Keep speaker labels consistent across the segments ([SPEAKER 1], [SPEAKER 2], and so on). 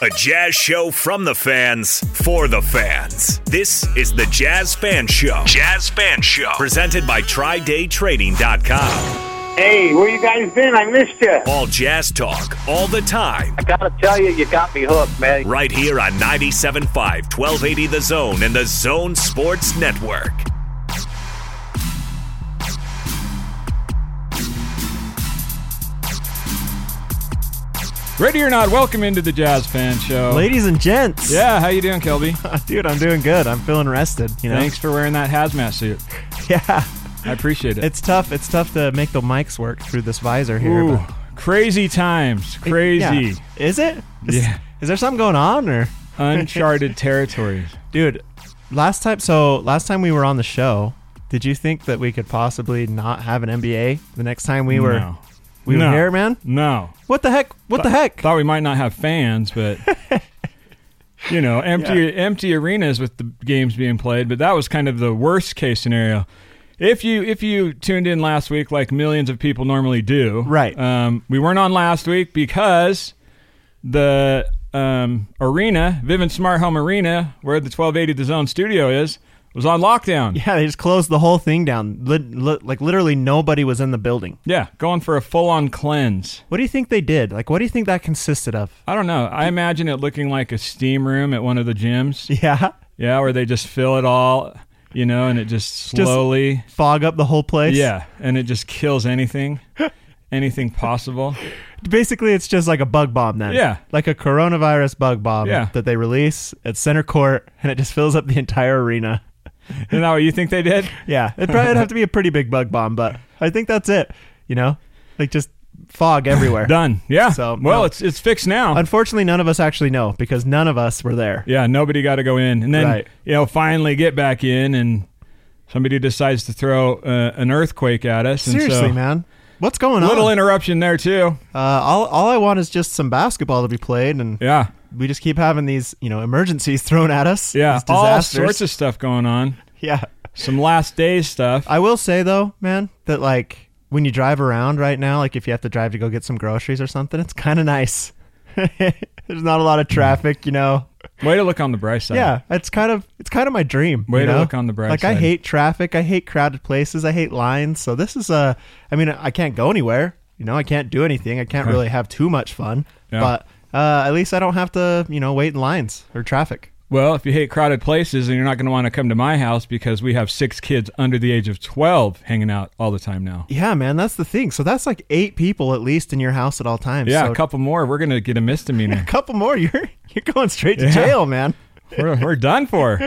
[SPEAKER 1] A jazz show from the fans for the fans. This is the Jazz Fan Show. Jazz Fan Show. Presented by TridayTrading.com.
[SPEAKER 2] Hey, where you guys been? I missed you.
[SPEAKER 1] All jazz talk, all the time.
[SPEAKER 2] I gotta tell you, you got me hooked, man.
[SPEAKER 1] Right here on 97.5, 1280 The Zone and The Zone Sports Network.
[SPEAKER 3] Ready or not, welcome into the Jazz Fan Show.
[SPEAKER 4] Ladies and gents.
[SPEAKER 3] Yeah, how you doing, Kelby?
[SPEAKER 4] Dude, I'm doing good. I'm feeling rested. You know?
[SPEAKER 3] Thanks for wearing that hazmat suit.
[SPEAKER 4] Yeah.
[SPEAKER 3] I appreciate it.
[SPEAKER 4] It's tough. It's tough to make the mics work through this visor here.
[SPEAKER 3] Ooh,
[SPEAKER 4] but-
[SPEAKER 3] crazy times,
[SPEAKER 4] It-
[SPEAKER 3] crazy,
[SPEAKER 4] yeah. Is it? Is-
[SPEAKER 3] Yeah.
[SPEAKER 4] Is there something going on or
[SPEAKER 3] uncharted territories.
[SPEAKER 4] dude, last time so last time we were on the show, did you think that we could possibly not have an NBA the next time we were
[SPEAKER 3] no,
[SPEAKER 4] we
[SPEAKER 3] No.
[SPEAKER 4] were here, man?
[SPEAKER 3] no.
[SPEAKER 4] What the heck? What the heck?
[SPEAKER 3] Thought we might not have fans, but you know, empty empty arenas with the games being played. But that was kind of the worst case scenario. If you if you tuned in last week, like millions of people normally do,
[SPEAKER 4] Right.
[SPEAKER 3] Um, we weren't on last week because the um, arena, Vivint Smart Home Arena, where the 1280 The Zone studio is, was on lockdown.
[SPEAKER 4] yeah, they just closed the whole thing down. Lit- li- like literally nobody was in the building.
[SPEAKER 3] Yeah, going for a full on cleanse.
[SPEAKER 4] What do you think they did? Like what do you think that consisted of?
[SPEAKER 3] I don't know. I imagine it looking like a steam room at one of the gyms.
[SPEAKER 4] Yeah.
[SPEAKER 3] Yeah, where they just fill it all, you know, and it just slowly.
[SPEAKER 4] Fog up the whole place.
[SPEAKER 3] yeah, and it just kills anything, anything possible.
[SPEAKER 4] Basically, it's just like a bug bomb then.
[SPEAKER 3] Yeah.
[SPEAKER 4] Like a coronavirus bug bomb
[SPEAKER 3] Yeah.
[SPEAKER 4] that they release at center court and it just fills up the entire arena.
[SPEAKER 3] Isn't that what you think they did?
[SPEAKER 4] Yeah. It'd probably have to be a pretty big bug bomb, but I think that's it. You know? Like just fog everywhere.
[SPEAKER 3] Done. Yeah.
[SPEAKER 4] So,
[SPEAKER 3] well,
[SPEAKER 4] no.
[SPEAKER 3] it's it's fixed now.
[SPEAKER 4] Unfortunately, none of us actually know because none of us were there.
[SPEAKER 3] yeah, nobody got to go in, and then
[SPEAKER 4] Right.
[SPEAKER 3] you know finally get back in, and somebody decides to throw uh, an earthquake at us. and so-
[SPEAKER 4] Seriously, man. What's going on?
[SPEAKER 3] Little interruption there too.
[SPEAKER 4] uh, all, all I want is just some basketball to be played, and
[SPEAKER 3] Yeah.
[SPEAKER 4] we just keep having these, you know, emergencies thrown at us.
[SPEAKER 3] Yeah.
[SPEAKER 4] these
[SPEAKER 3] All
[SPEAKER 4] disasters.
[SPEAKER 3] sorts of stuff going on.
[SPEAKER 4] yeah.
[SPEAKER 3] Some last days stuff.
[SPEAKER 4] I will say though, man, that like when you drive around right now, like if you have to drive to go get some groceries or something, it's kind of nice. There's not a lot of traffic, you know.
[SPEAKER 3] Way to look on the bright side.
[SPEAKER 4] Yeah, it's kind of it's kind of my dream.
[SPEAKER 3] Way
[SPEAKER 4] you
[SPEAKER 3] to
[SPEAKER 4] know?
[SPEAKER 3] look on the bright
[SPEAKER 4] like I
[SPEAKER 3] side.
[SPEAKER 4] hate traffic, I hate crowded places, I hate lines. So this is a, I mean, I can't go anywhere. You know, I can't do anything. I can't
[SPEAKER 3] Huh.
[SPEAKER 4] really have too much fun.
[SPEAKER 3] Yeah.
[SPEAKER 4] But uh, at least I don't have to, you know, wait in lines or traffic.
[SPEAKER 3] Well, if you hate crowded places, then you're not going to want to come to my house because we have six kids under the age of 12 hanging out all the time now.
[SPEAKER 4] Yeah, man, that's the thing. So that's like eight people at least in your house at all times.
[SPEAKER 3] Yeah,
[SPEAKER 4] So
[SPEAKER 3] a couple more. We're going to get a misdemeanor.
[SPEAKER 4] couple more, you're you're going straight to
[SPEAKER 3] Yeah.
[SPEAKER 4] jail, man.
[SPEAKER 3] we're, we're done for.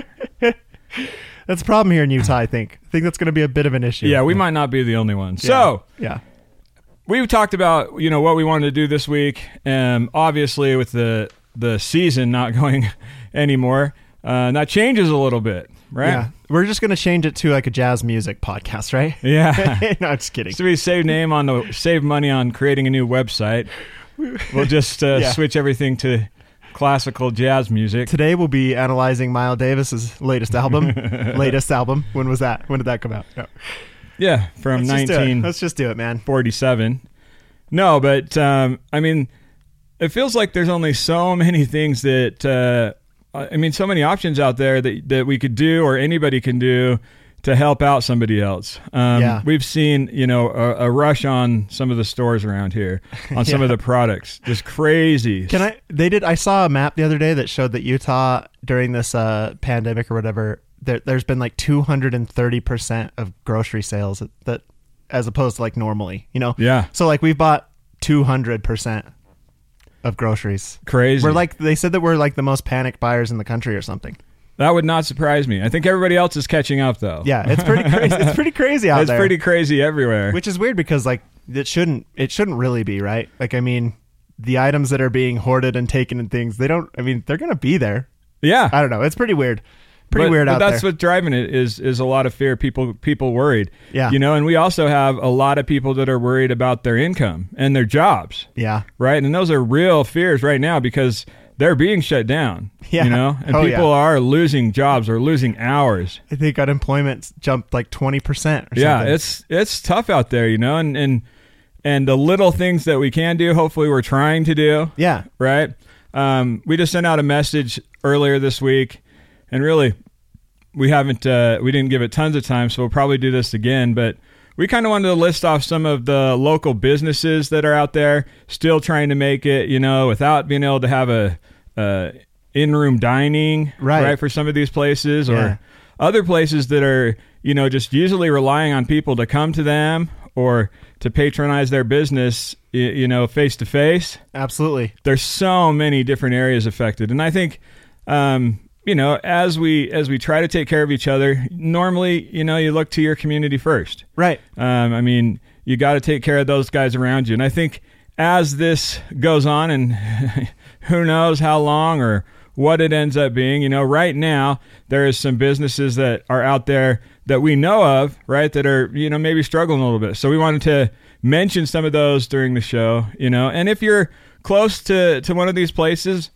[SPEAKER 4] That's a problem here in Utah. I think. I think that's going to be a bit of an issue.
[SPEAKER 3] Yeah, we might not be the only ones. So
[SPEAKER 4] yeah,
[SPEAKER 3] we've talked about you know what we wanted to do this week. Um, obviously, with the the season not going anymore, uh, that changes a little bit,
[SPEAKER 4] yeah.
[SPEAKER 3] right?
[SPEAKER 4] We're just going to change it to like a jazz music podcast, right?
[SPEAKER 3] Yeah.
[SPEAKER 4] no, I'm just kidding.
[SPEAKER 3] So we save name on the save money on creating a new website. We'll just uh,
[SPEAKER 4] Yeah.
[SPEAKER 3] switch everything to classical jazz music.
[SPEAKER 4] Today we'll be analyzing Miles Davis's latest album. latest album. When was that? When did that come out? No.
[SPEAKER 3] Yeah,
[SPEAKER 4] Let's
[SPEAKER 3] from
[SPEAKER 4] just do it.
[SPEAKER 3] nineteen
[SPEAKER 4] Let's just do it, man.
[SPEAKER 3] forty-seven. No, but um, I mean, it feels like there's only so many things that uh, I I mean, so many options out there that that we could do or anybody can do to help out somebody else. Um,
[SPEAKER 4] Yeah.
[SPEAKER 3] We've seen you know a, a rush on some of the stores around here on some of the products, just crazy.
[SPEAKER 4] Can I? They did. I saw a map the other day that showed that Utah during this uh, pandemic or whatever, there, there's been like 230 percent of grocery sales that, that, as opposed to like normally, you know.
[SPEAKER 3] Yeah.
[SPEAKER 4] So like we've bought 200 percent of groceries.
[SPEAKER 3] Crazy.
[SPEAKER 4] We're like they said that we're like the most panic buyers in the country or something.
[SPEAKER 3] That would not surprise me. I think everybody else is catching up though.
[SPEAKER 4] Yeah, it's pretty crazy. It's pretty crazy out
[SPEAKER 3] it's
[SPEAKER 4] there.
[SPEAKER 3] pretty crazy everywhere.
[SPEAKER 4] which is weird because like it shouldn't it shouldn't really be right. Like I mean, the items that are being hoarded and taken and things they don't. I mean, they're gonna be there.
[SPEAKER 3] yeah,
[SPEAKER 4] I don't know. It's pretty weird. Pretty
[SPEAKER 3] but,
[SPEAKER 4] weird
[SPEAKER 3] but
[SPEAKER 4] out
[SPEAKER 3] that's
[SPEAKER 4] there.
[SPEAKER 3] what's driving it is is a lot of fear. People people worried.
[SPEAKER 4] Yeah.
[SPEAKER 3] you know, and we also have a lot of people that are worried about their income and their jobs,
[SPEAKER 4] yeah.
[SPEAKER 3] right? And those are real fears right now because they're being shut down.
[SPEAKER 4] Yeah.
[SPEAKER 3] you know, and
[SPEAKER 4] Oh,
[SPEAKER 3] people
[SPEAKER 4] yeah.
[SPEAKER 3] are losing jobs or losing hours.
[SPEAKER 4] I think unemployment jumped like 20% or something.
[SPEAKER 3] Yeah, it's it's tough out there, you know, and and and the little things that we can do. Hopefully, we're trying to do.
[SPEAKER 4] Yeah.
[SPEAKER 3] right? Um, we just sent out a message earlier this week, and really, we haven't uh, we didn't give it tons of time, so we'll probably do this again. But we kind of wanted to list off some of the local businesses that are out there still trying to make it, you know, without being able to have a, a in-room dining,
[SPEAKER 4] Right.
[SPEAKER 3] for some of these places or
[SPEAKER 4] Yeah.
[SPEAKER 3] other places that are you know just usually relying on people to come to them or to patronize their business, y- you know, face to face
[SPEAKER 4] Absolutely.
[SPEAKER 3] there's so many different areas affected and i think um, you know as we as we try to take care of each other normally you know you look to your community first
[SPEAKER 4] Right.
[SPEAKER 3] um, i mean you got to take care of those guys around you and i think as this goes on and who knows how long or what it ends up being you know right now there is some businesses that are out there that we know of right that are you know maybe struggling a little bit so we wanted to mention some of those during the show you know and if you're close to to one of these places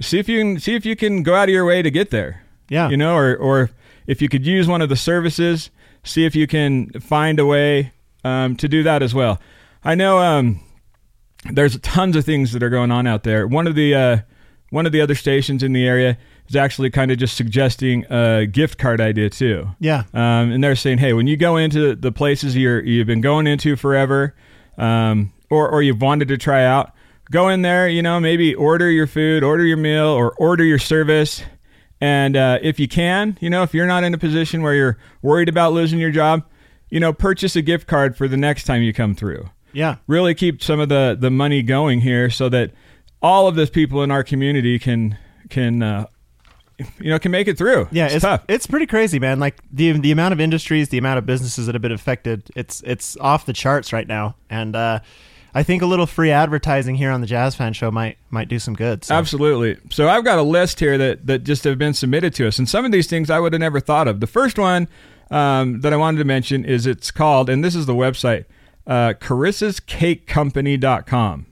[SPEAKER 3] see if you can see if you can go out of your way to get there
[SPEAKER 4] Yeah.
[SPEAKER 3] you know or or if you could use one of the services see if you can find a way um, to do that as well i know um there's tons of things that are going on out there one of the uh one of the other stations in the area is actually kind of just suggesting a gift card idea too
[SPEAKER 4] Yeah.
[SPEAKER 3] um, and they're saying, hey, when you go into the places you're you've been going into forever, um, or or you've wanted to try out, go in there. You know, maybe order your food, order your meal, or order your service. And uh, if you can, you know, if you're not in a position where you're worried about losing your job, you know, purchase a gift card for the next time you come through
[SPEAKER 4] Yeah.
[SPEAKER 3] really keep some of the the money going here so that all of those people in our community can can uh, you know can make it through
[SPEAKER 4] Yeah, it's, it's
[SPEAKER 3] tough
[SPEAKER 4] pretty crazy, man. Like the the amount of industries, the amount of businesses that have been affected, it's it's off the charts right now. And uh, I think a little free advertising here on the Jazz Fan Show might might do some good. So.
[SPEAKER 3] Absolutely. So I've got a list here that, that just have been submitted to us, and some of these things I would have never thought of. The first one um, that I wanted to mention is it's called, and this is the website, uh, carissascakecompany.com.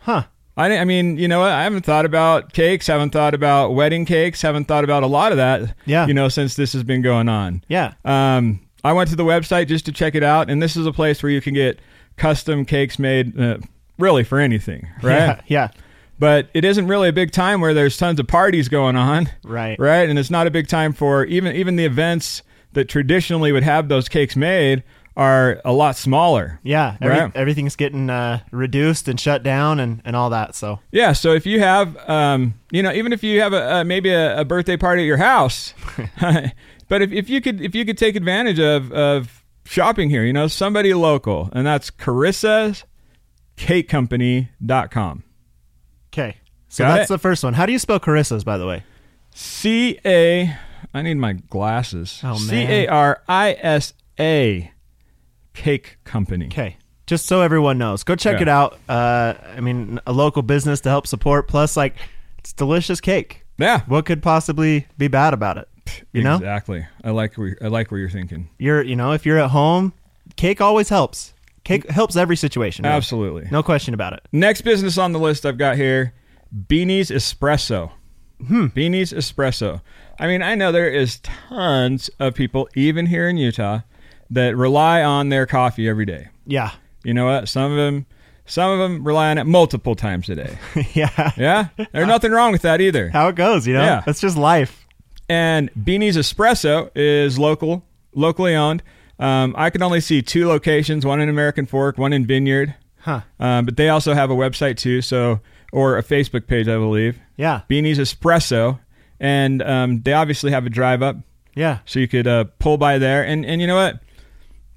[SPEAKER 4] Huh?
[SPEAKER 3] I, I mean, you know, what? I haven't thought about cakes, haven't thought about wedding cakes, haven't thought about a lot of that,
[SPEAKER 4] Yeah.
[SPEAKER 3] you know, since this has been going on.
[SPEAKER 4] Yeah.
[SPEAKER 3] Um, I went to the website just to check it out, and this is a place where you can get custom cakes made uh, really for anything,
[SPEAKER 4] Yeah.
[SPEAKER 3] right?
[SPEAKER 4] Yeah.
[SPEAKER 3] but it isn't really a big time where there's tons of parties going on
[SPEAKER 4] Right.
[SPEAKER 3] right and it's not a big time for even even the events that traditionally would have those cakes made are a lot smaller
[SPEAKER 4] Yeah. Every-
[SPEAKER 3] Right.
[SPEAKER 4] Everything's getting uh, reduced and shut down and and all that. So
[SPEAKER 3] yeah so if you have um you know even if you have a, a maybe a, a birthday party at your house but if, if you could if you could take advantage of of shopping here you know somebody local and that's carissa's cake company.com
[SPEAKER 4] okay. So
[SPEAKER 3] Got
[SPEAKER 4] that's
[SPEAKER 3] it.
[SPEAKER 4] the first one. How do you spell Carissa's, by the way?
[SPEAKER 3] C A. I need my glasses.
[SPEAKER 4] Oh, man.
[SPEAKER 3] C A R I S A. Cake Company.
[SPEAKER 4] Okay. Just so everyone knows, go check
[SPEAKER 3] Yeah.
[SPEAKER 4] it out. Uh, I mean, a local business to help support. Plus, like, it's delicious cake.
[SPEAKER 3] Yeah.
[SPEAKER 4] What could possibly be bad about it? You know,
[SPEAKER 3] Exactly. I like where I like where you're thinking.
[SPEAKER 4] you're you know, if you're at home, cake always helps. Cake helps every situation. man.
[SPEAKER 3] Absolutely.
[SPEAKER 4] no question about it.
[SPEAKER 3] Next business on the list I've got here, Beanie's Espresso.
[SPEAKER 4] Hmm.
[SPEAKER 3] Beanie's Espresso. I mean, I know there is tons of people, even here in Utah, that rely on their coffee every day.
[SPEAKER 4] Yeah,
[SPEAKER 3] You know what? Some of them, some of them rely on it multiple times a day.
[SPEAKER 4] yeah.
[SPEAKER 3] Yeah, there's nothing wrong with that either.
[SPEAKER 4] How it goes, you know.
[SPEAKER 3] Yeah.
[SPEAKER 4] That's just life.
[SPEAKER 3] and Beanie's Espresso is local, locally owned. Um, I can only see two locations: one in American Fork, one in Vineyard.
[SPEAKER 4] Huh.
[SPEAKER 3] Um, but they also have a website too, so or a Facebook page, I believe.
[SPEAKER 4] Yeah,
[SPEAKER 3] Beanie's Espresso, and um, they obviously have a drive up,
[SPEAKER 4] yeah.
[SPEAKER 3] so you could uh, pull by there. And and you know what?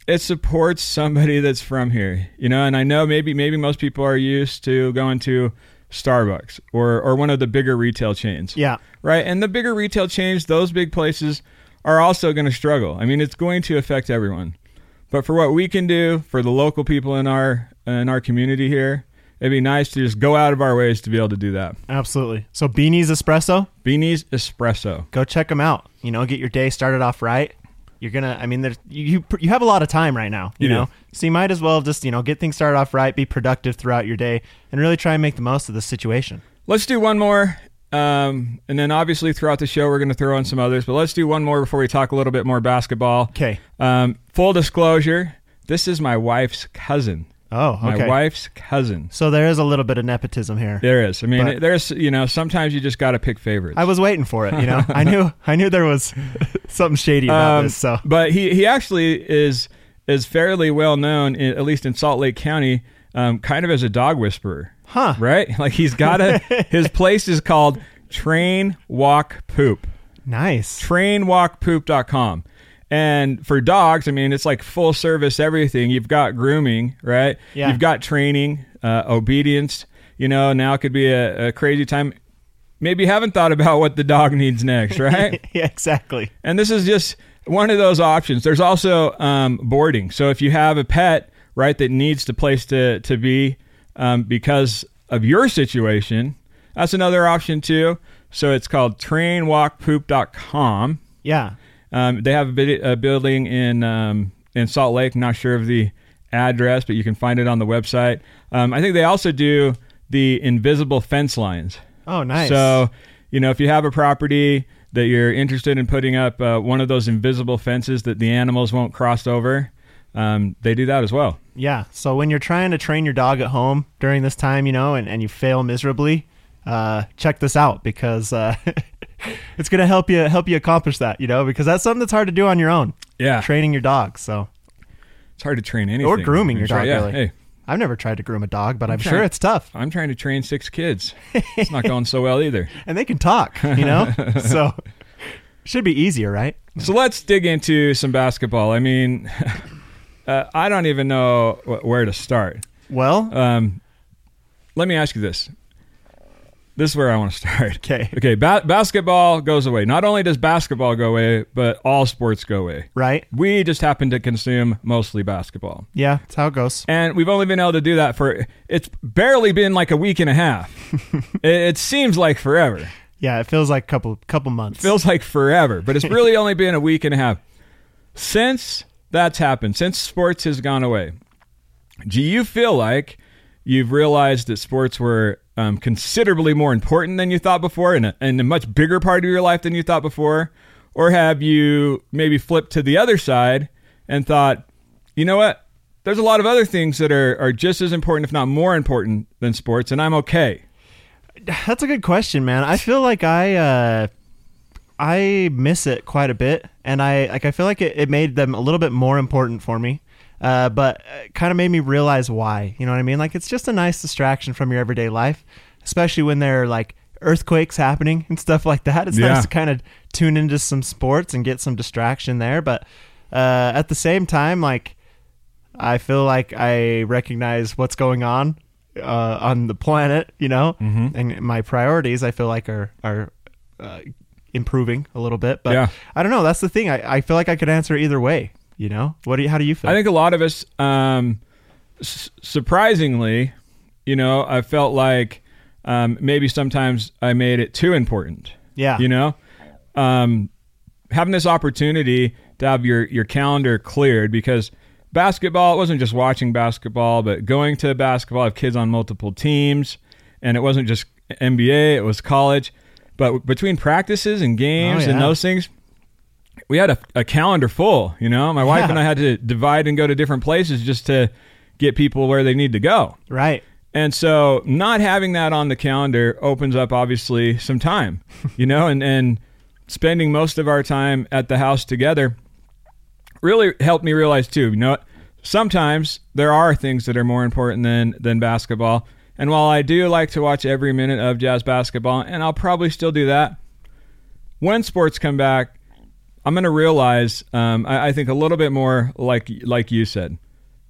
[SPEAKER 3] It supports somebody that's from here, you know. And I know maybe maybe most people are used to going to Starbucks or or one of the bigger retail chains
[SPEAKER 4] Yeah.
[SPEAKER 3] right? And the bigger retail chains, those big places are also going to struggle. I mean, it's going to affect everyone. But for what we can do for the local people in our in our community here, it'd be nice to just go out of our ways to be able to do that.
[SPEAKER 4] Absolutely. So Beanie's Espresso,
[SPEAKER 3] Beanie's Espresso.
[SPEAKER 4] go check them out. You know, get your day started off right. You're gonna. I mean, there's you. You, pr- you have a lot of time right now. You,
[SPEAKER 3] You do.
[SPEAKER 4] know, so you might as well just you know get things started off right, be productive throughout your day, and really try and make the most of the situation.
[SPEAKER 3] Let's do one more. Um, and then obviously throughout the show, we're going to throw in some others, but let's do one more before we talk a little bit more basketball.
[SPEAKER 4] Okay.
[SPEAKER 3] Um, full disclosure this is my wife's cousin.
[SPEAKER 4] Oh,
[SPEAKER 3] my
[SPEAKER 4] okay.
[SPEAKER 3] wife's cousin.
[SPEAKER 4] So there is a little bit of nepotism here.
[SPEAKER 3] There is. I mean,
[SPEAKER 4] But-
[SPEAKER 3] there's you know sometimes you just got to pick favorites.
[SPEAKER 4] I was waiting for it. You know, I knew I knew there was something shady about
[SPEAKER 3] Um,
[SPEAKER 4] this. So
[SPEAKER 3] but he he actually is is fairly well known i- at least in Salt Lake County, um, kind of as a dog whisperer.
[SPEAKER 4] Huh.
[SPEAKER 3] Right? Like he's got a his place is called Train Walk Poop.
[SPEAKER 4] nice.
[SPEAKER 3] trainwalkpoop.com. And for dogs, I mean, it's like full service everything. You've got grooming, right?
[SPEAKER 4] Yeah.
[SPEAKER 3] You've got training, uh, obedience. You know, now could be a, a crazy time. Maybe you haven't thought about what the dog needs next, right?
[SPEAKER 4] yeah, exactly.
[SPEAKER 3] and this is just one of those options. There's also um, boarding. So if you have a pet, right, that needs the place to to be um, because of your situation, that's another option too. So it's called trainwalkpoop.com.
[SPEAKER 4] Yeah.
[SPEAKER 3] Um, they have a, bit, a building in um, in Salt Lake. Not sure of the address, but you can find it on the website. Um, I think they also do the invisible fence lines.
[SPEAKER 4] Oh, nice.
[SPEAKER 3] So, you know, if you have a property that you're interested in putting up uh, one of those invisible fences that the animals won't cross over, um, they do that as well.
[SPEAKER 4] Yeah. So when you're trying to train your dog at home during this time, you know, and, and you fail miserably, uh, check this out because uh, it's gonna help you help you accomplish that, you know, because that's something that's hard to do on your own.
[SPEAKER 3] Yeah.
[SPEAKER 4] Training your dog. So
[SPEAKER 3] It's hard to train anything.
[SPEAKER 4] or grooming your
[SPEAKER 3] That's right.
[SPEAKER 4] dog
[SPEAKER 3] Yeah.
[SPEAKER 4] really.
[SPEAKER 3] Hey,
[SPEAKER 4] I've never tried to groom a dog, but I'm,
[SPEAKER 3] trying-
[SPEAKER 4] sure it's tough.
[SPEAKER 3] I'm trying to train six kids. It's not going so well either.
[SPEAKER 4] And they can talk, you know? so should be easier, right?
[SPEAKER 3] So let's dig into some basketball. I mean, uh, I don't even know wh- where to start.
[SPEAKER 4] Well,
[SPEAKER 3] Um, let me ask you this. This is where I want to start.
[SPEAKER 4] Okay.
[SPEAKER 3] Okay. Ba- basketball goes away. Not only does basketball go away, but all sports go away.
[SPEAKER 4] right?
[SPEAKER 3] We just happen to consume mostly basketball,
[SPEAKER 4] Yeah, that's how it goes.
[SPEAKER 3] and we've only been able to do that for it's barely been like a week and a half. it, it seems like forever
[SPEAKER 4] Yeah, it feels like a couple couple months.
[SPEAKER 3] feels like forever, but it's really only been a week and a half. Since that's happened, since sports has gone away, do you feel like you've realized that sports were um, considerably more important than you thought before and a, and a much bigger part of your life than you thought before? Or have you maybe flipped to the other side and thought, you know what? There's a lot of other things that are, are just as important, if not more important, than sports, and I'm okay.
[SPEAKER 4] That's a good question, man. I feel like I uh, I miss it quite a bit, and I like I feel like it, it made them a little bit more important for me. Uh, but kind of made me realize why. You know what I mean? Like it's just a nice distraction from your everyday life, especially when there are like earthquakes happening and stuff like that. It's
[SPEAKER 3] Yeah.
[SPEAKER 4] nice to kind of tune into some sports and get some distraction there. But uh, at the same time, like I feel like I recognize what's going on uh, on the planet, you know,
[SPEAKER 3] Mm-hmm.
[SPEAKER 4] and my priorities I feel like are are uh, improving a little bit. But
[SPEAKER 3] Yeah.
[SPEAKER 4] I don't know. That's the thing. I, I feel like I could answer either way. You know, what do you, how do you feel?
[SPEAKER 3] I think a lot of us, um, s- surprisingly, you know, I felt like um, maybe sometimes I made it too important.
[SPEAKER 4] Yeah.
[SPEAKER 3] You know, um, having this opportunity to have your, your calendar cleared because basketball, it wasn't just watching basketball, but going to basketball, I have kids on multiple teams, and it wasn't just NBA, it was college. But between practices and games and
[SPEAKER 4] Oh, yeah.
[SPEAKER 3] those things, we had a, a calendar full. You know, my wife
[SPEAKER 4] Yeah.
[SPEAKER 3] and I had to divide and go to different places just to get people where they need to go.
[SPEAKER 4] right.
[SPEAKER 3] And so, not having that on the calendar opens up obviously some time, you know, and and spending most of our time at the house together really helped me realize too, you know, what? sometimes there are things that are more important than than basketball. And while I do like to watch every minute of jazz basketball, and I'll probably still do that, when sports come back, I'm going to realize, um, I, I think a little bit more like like you said,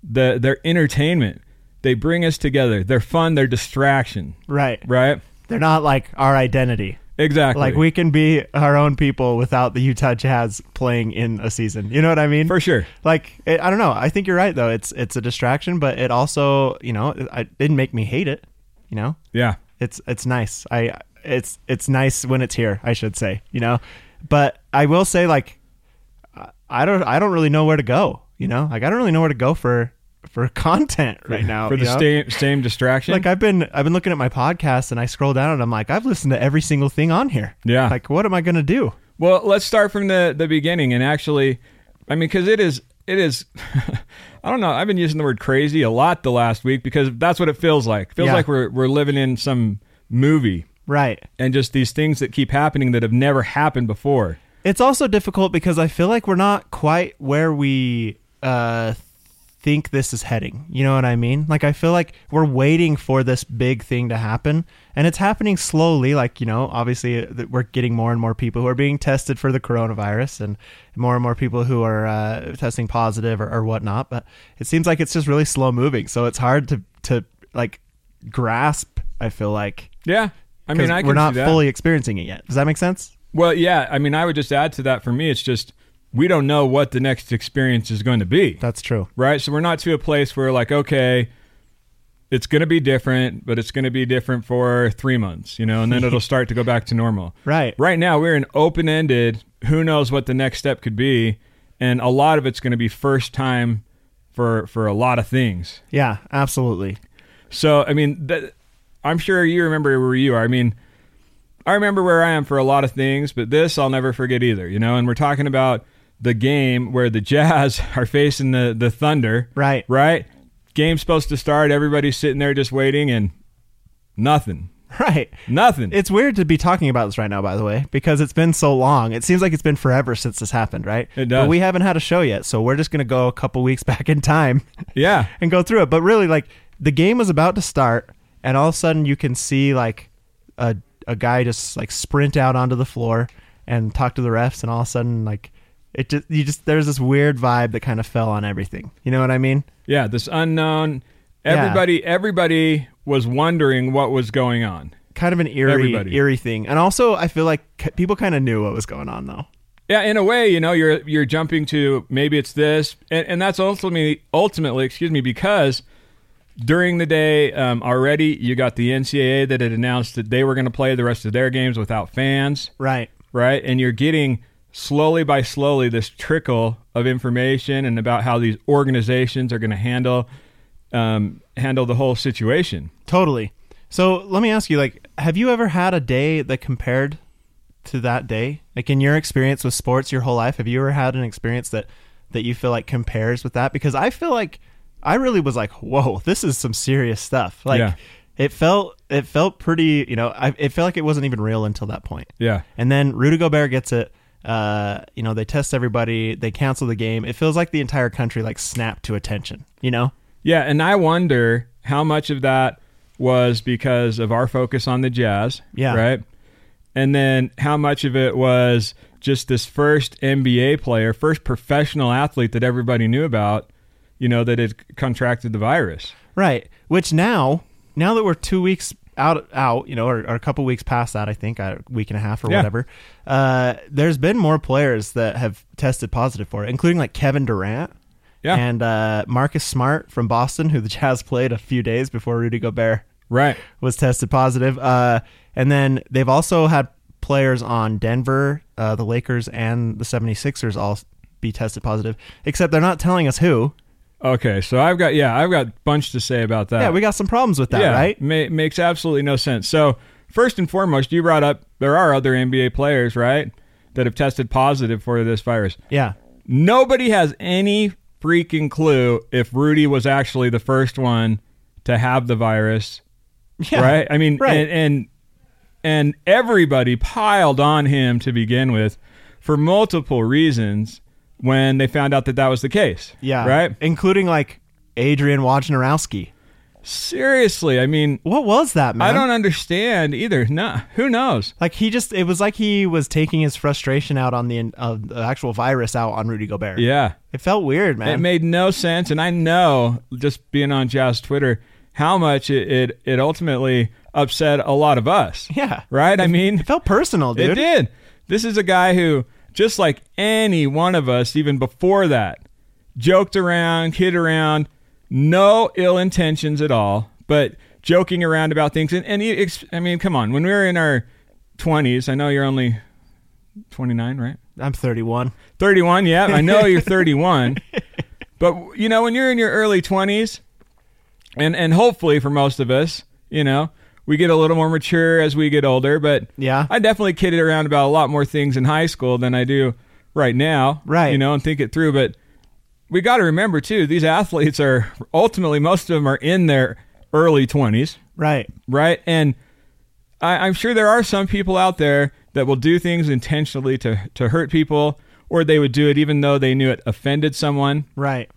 [SPEAKER 3] the their entertainment. They bring us together. They're fun. They're distraction.
[SPEAKER 4] Right.
[SPEAKER 3] Right.
[SPEAKER 4] They're not like our identity.
[SPEAKER 3] Exactly.
[SPEAKER 4] Like we can be our own people without the Utah Jazz playing in a season. You know what I mean?
[SPEAKER 3] For sure.
[SPEAKER 4] Like it, I don't know. I think you're right though. It's it's a distraction, but it also you know it, I- it didn't make me hate it. You know,
[SPEAKER 3] Yeah.
[SPEAKER 4] it's it's nice. I it's it's nice when it's here. I should say. You know, but I will say like I- I don't I don't really know where to go. You know, like I don't really know where to go for for content right now
[SPEAKER 3] For the
[SPEAKER 4] you know?
[SPEAKER 3] same same distraction.
[SPEAKER 4] Like I've been I've been looking at my podcast and I scroll down and I'm like I've listened to every single thing on here.
[SPEAKER 3] Yeah.
[SPEAKER 4] Like what am I gonna do?
[SPEAKER 3] Well, let's start from the the beginning and actually, I mean, because it is it is. I don't know. I've been using the word crazy a lot the last week because that's what it feels like. feels
[SPEAKER 4] Yeah.
[SPEAKER 3] like we're we're living in some movie
[SPEAKER 4] Right.
[SPEAKER 3] and just these things that keep happening that have never happened before.
[SPEAKER 4] It's also difficult because I feel like we're not quite where we uh, think this is heading. You know what I mean? Like, I feel like we're waiting for this big thing to happen, and it's happening slowly. Like, you know, obviously, uh, that we're getting more and more people who are being tested for the coronavirus, and more and more people who are uh, testing positive or, or whatnot. But it seems like it's just really slow moving, so it's hard to to like grasp. I feel like
[SPEAKER 3] Yeah, I
[SPEAKER 4] 'cause
[SPEAKER 3] mean, I can
[SPEAKER 4] we're not
[SPEAKER 3] see that.
[SPEAKER 4] fully experiencing it yet. Does that make sense?
[SPEAKER 3] Well, yeah. I mean, I would just add to that. For me, it's just we don't know what the next experience is going to be.
[SPEAKER 4] That's true.
[SPEAKER 3] right? So we're not to a place where like, okay, it's going to be different, but it's going to be different for three months, you know, and then it'll start to go back to normal.
[SPEAKER 4] Right.
[SPEAKER 3] Right now, we're in open ended. Who knows what the next step could be? And a lot of it's going to be first time for for a lot of things.
[SPEAKER 4] Yeah, absolutely.
[SPEAKER 3] So I mean, that, I'm sure you remember where you are. I mean, I remember where I am for a lot of things, but this I'll never forget either. You know, and we're talking about the game where the Jazz are facing the the Thunder.
[SPEAKER 4] Right.
[SPEAKER 3] Right. Game's supposed to start. Everybody's sitting there just waiting, and nothing.
[SPEAKER 4] Right.
[SPEAKER 3] Nothing.
[SPEAKER 4] It's weird to be talking about this right now, by the way, because it's been so long. It seems like it's been forever since this happened, right?
[SPEAKER 3] It does.
[SPEAKER 4] But we haven't had a show yet, so we're just going to go a couple weeks back in time
[SPEAKER 3] yeah.
[SPEAKER 4] and go through it. But really, like, the game was about to start, and all of a sudden you can see, like, a, a guy just, like, sprint out onto the floor and talk to the refs, and all of a sudden, like, it just, you just, there's this weird vibe that kind of fell on everything. You know what I mean?
[SPEAKER 3] Yeah. This unknown.
[SPEAKER 4] Yeah.
[SPEAKER 3] Everybody. Everybody was wondering what was going on.
[SPEAKER 4] Kind of an eerie,
[SPEAKER 3] Everybody.
[SPEAKER 4] eerie thing. And also, I feel like c- people kind of knew what was going on, though.
[SPEAKER 3] Yeah, in a way, you know, you're you're jumping to maybe it's this, and, and that's ultimately ultimately, excuse me, because during the day um, already you got the NCAA that had announced that they were going to play the rest of their games without fans,
[SPEAKER 4] Right.
[SPEAKER 3] right? And you're getting slowly by slowly this trickle of information and about how these organizations are going to handle um, handle the whole situation.
[SPEAKER 4] Totally. So let me ask you, like, have you ever had a day that compared to that day? Like in your experience with sports your whole life, have you ever had an experience that that you feel like compares with that? Because I feel like I really was like, whoa, this is some serious stuff. Like
[SPEAKER 3] Yeah.
[SPEAKER 4] it felt it felt pretty, you know, I, it felt like it wasn't even real until that point.
[SPEAKER 3] Yeah.
[SPEAKER 4] And then Rudy Gobert gets it. Uh, you know, they test everybody, they cancel the game. It feels like the entire country like snapped to attention, you know?
[SPEAKER 3] Yeah, and I wonder how much of that was because of our focus on the jazz.
[SPEAKER 4] Yeah.
[SPEAKER 3] Right. And then how much of it was just this first NBA player, first professional athlete that everybody knew about, you know, that had contracted the virus.
[SPEAKER 4] Right. Which now, now that we're two weeks out, out, you know, or, or a couple weeks past that, I think a week and a half or
[SPEAKER 3] Yeah.
[SPEAKER 4] whatever. Uh, there's been more players that have tested positive for it, including like Kevin Durant.
[SPEAKER 3] Yeah.
[SPEAKER 4] And uh, Marcus Smart from Boston, who the Jazz played a few days before Rudy Gobert
[SPEAKER 3] Right.
[SPEAKER 4] was tested positive. Uh, and then they've also had players on Denver, uh, the Lakers, and the 76ers all be tested positive, except they're not telling us who.
[SPEAKER 3] Okay. So I've got yeah, I've got a bunch to say about that.
[SPEAKER 4] Yeah, we got some problems with that,
[SPEAKER 3] yeah,
[SPEAKER 4] right?
[SPEAKER 3] Ma- makes absolutely no sense. So first and foremost, you brought up there are other NBA players, right, that have tested positive for this virus.
[SPEAKER 4] Yeah.
[SPEAKER 3] Nobody has any freaking clue if Rudy was actually the first one to have the virus,
[SPEAKER 4] Yeah.
[SPEAKER 3] right? I mean,
[SPEAKER 4] Right.
[SPEAKER 3] And, and and everybody piled on him to begin with for multiple reasons when they found out that that was the case.
[SPEAKER 4] Yeah.
[SPEAKER 3] right.
[SPEAKER 4] Including like Adrian Wojnarowski.
[SPEAKER 3] Seriously, I mean,
[SPEAKER 4] What was that, man?
[SPEAKER 3] I don't understand either. No, who knows?
[SPEAKER 4] like he just it was like he was taking his frustration out on the uh, the actual virus out on Rudy Gobert.
[SPEAKER 3] Yeah.
[SPEAKER 4] It felt weird, man.
[SPEAKER 3] It made no sense, and I know just being on Jazz Twitter how much it it, it ultimately upset a lot of us.
[SPEAKER 4] Yeah.
[SPEAKER 3] right. I mean,
[SPEAKER 4] it felt personal, dude.
[SPEAKER 3] it did. This is a guy who, just like any one of us, even before that, joked around, kid around, no ill intentions at all, but joking around about things. And, and he, ex- I mean, come on, when we were in our twenties, I know you're only twenty nine, right?
[SPEAKER 4] I'm 31.
[SPEAKER 3] 31 yeah i know you're 31 but you know when you're in your early 20s and and hopefully for most of us you know we get a little more mature as we get older but
[SPEAKER 4] Yeah.
[SPEAKER 3] i definitely kidded around about a lot more things in high school than i do right now
[SPEAKER 4] Right.
[SPEAKER 3] you know and think it through but we got to remember too, these athletes are ultimately most of them are in their early 20s,
[SPEAKER 4] Right.
[SPEAKER 3] right? And I, I'm sure there are some people out there that will do things intentionally to to hurt people, or they would do it even though they knew it offended someone.
[SPEAKER 4] Right.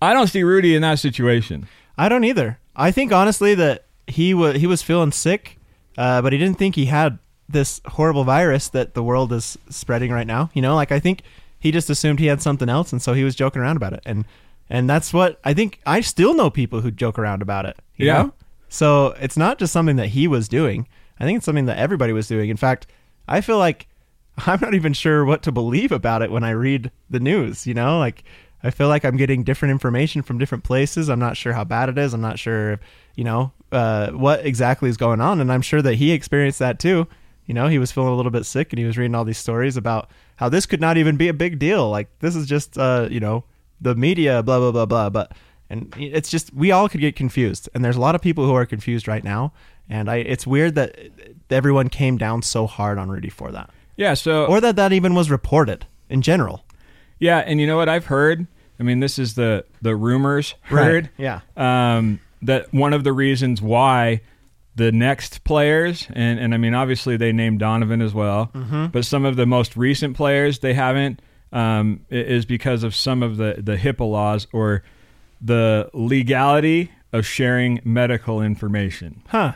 [SPEAKER 3] I don't see Rudy in that situation.
[SPEAKER 4] I don't either. I think honestly that he was he was feeling sick, uh, but he didn't think he had this horrible virus that the world is spreading right now. You know, like I think he just assumed he had something else, and so he was joking around about it. And and that's what I think. I still know people who joke around about it. you
[SPEAKER 3] Yeah.
[SPEAKER 4] know? So it's not just something that he was doing. I think it's something that everybody was doing. In fact, I feel like I'm not even sure what to believe about it when I read the news, you know? Like I feel like I'm getting different information from different places. I'm not sure how bad it is. I'm not sure, you know, uh, what exactly is going on. And I'm sure that he experienced that too. You know, he was feeling a little bit sick and he was reading all these stories about how this could not even be a big deal. Like this is just, uh, you know, the media, blah blah blah blah. But and it's just we all could get confused, and there's a lot of people who are confused right now. And I, it's weird that everyone came down so hard on Rudy for that,
[SPEAKER 3] Yeah. So
[SPEAKER 4] or that that even was reported in general.
[SPEAKER 3] Yeah, and you know what I've heard? I mean, this is the the rumors heard.
[SPEAKER 4] Yeah.
[SPEAKER 3] Um, that one of the reasons why the next players, and, and I mean, obviously they named Donovan as well, but some of the most recent players they haven't um, i- is because of some of the, the HIPAA laws or the legality of sharing medical information.
[SPEAKER 4] Huh.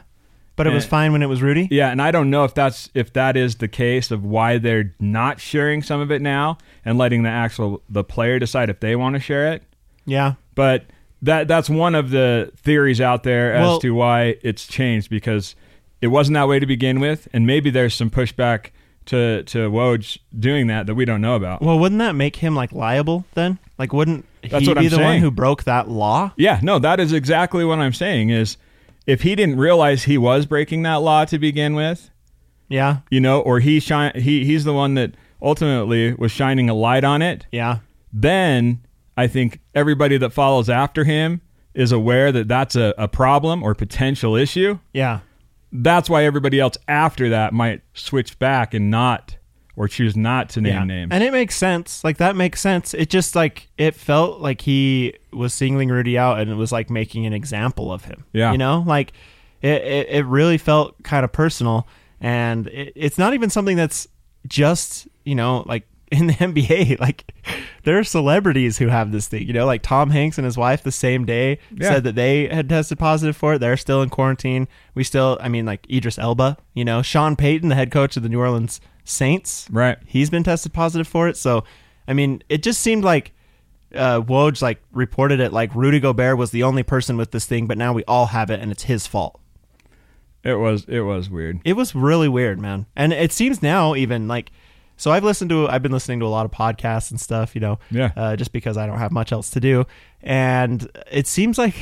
[SPEAKER 4] But it was
[SPEAKER 3] Yeah.
[SPEAKER 4] fine when it was Rudy.
[SPEAKER 3] Yeah, and I don't know if that's if that is the case of why they're not sharing some of it now and letting the actual the player decide if they want to share it.
[SPEAKER 4] Yeah.
[SPEAKER 3] But that that's one of the theories out there as
[SPEAKER 4] Well-
[SPEAKER 3] to why it's changed because it wasn't that way to begin with, and maybe there's some pushback to to Woj doing that that we don't know about.
[SPEAKER 4] Well, wouldn't that make him like liable then? Like, wouldn't
[SPEAKER 3] That's
[SPEAKER 4] he
[SPEAKER 3] what
[SPEAKER 4] be
[SPEAKER 3] I'm
[SPEAKER 4] the one
[SPEAKER 3] saying.
[SPEAKER 4] who broke that law?
[SPEAKER 3] yeah, no, that is exactly what I'm saying is if he didn't realize he was breaking that law to begin with,
[SPEAKER 4] Yeah.
[SPEAKER 3] you know, or he shine he he's the one that ultimately was shining a light on it.
[SPEAKER 4] Yeah.
[SPEAKER 3] Then I think everybody that follows after him is aware that that's a, a problem or potential issue.
[SPEAKER 4] Yeah.
[SPEAKER 3] That's why everybody else after that might switch back and not or choose not to name names.
[SPEAKER 4] And it makes sense. Like that makes sense. It just like it felt like he was singling Rudy out and it was like making an example of him.
[SPEAKER 3] Yeah.
[SPEAKER 4] You know, like it, it, it really felt kind of personal. And it, it's not even something that's just, you know, like in the NBA. Like there are celebrities who have this thing, you know, like Tom Hanks and his wife the same day
[SPEAKER 3] Yeah.
[SPEAKER 4] said that they had tested positive for it. They're still in quarantine. We still, I mean, like Idris Elba, you know, Sean Payton, the head coach of the New Orleans Saints
[SPEAKER 3] Right.
[SPEAKER 4] he's been tested positive for it. So, I mean, it just seemed like uh, Woj like reported it like Rudy Gobert was the only person with this thing, but now we all have it and it's his fault.
[SPEAKER 3] It was it was weird.
[SPEAKER 4] It was really weird, man. And it seems now even like so I've listened to I've been listening to a lot of podcasts and stuff, you know.
[SPEAKER 3] Yeah.
[SPEAKER 4] Uh, just because I don't have much else to do, and it seems like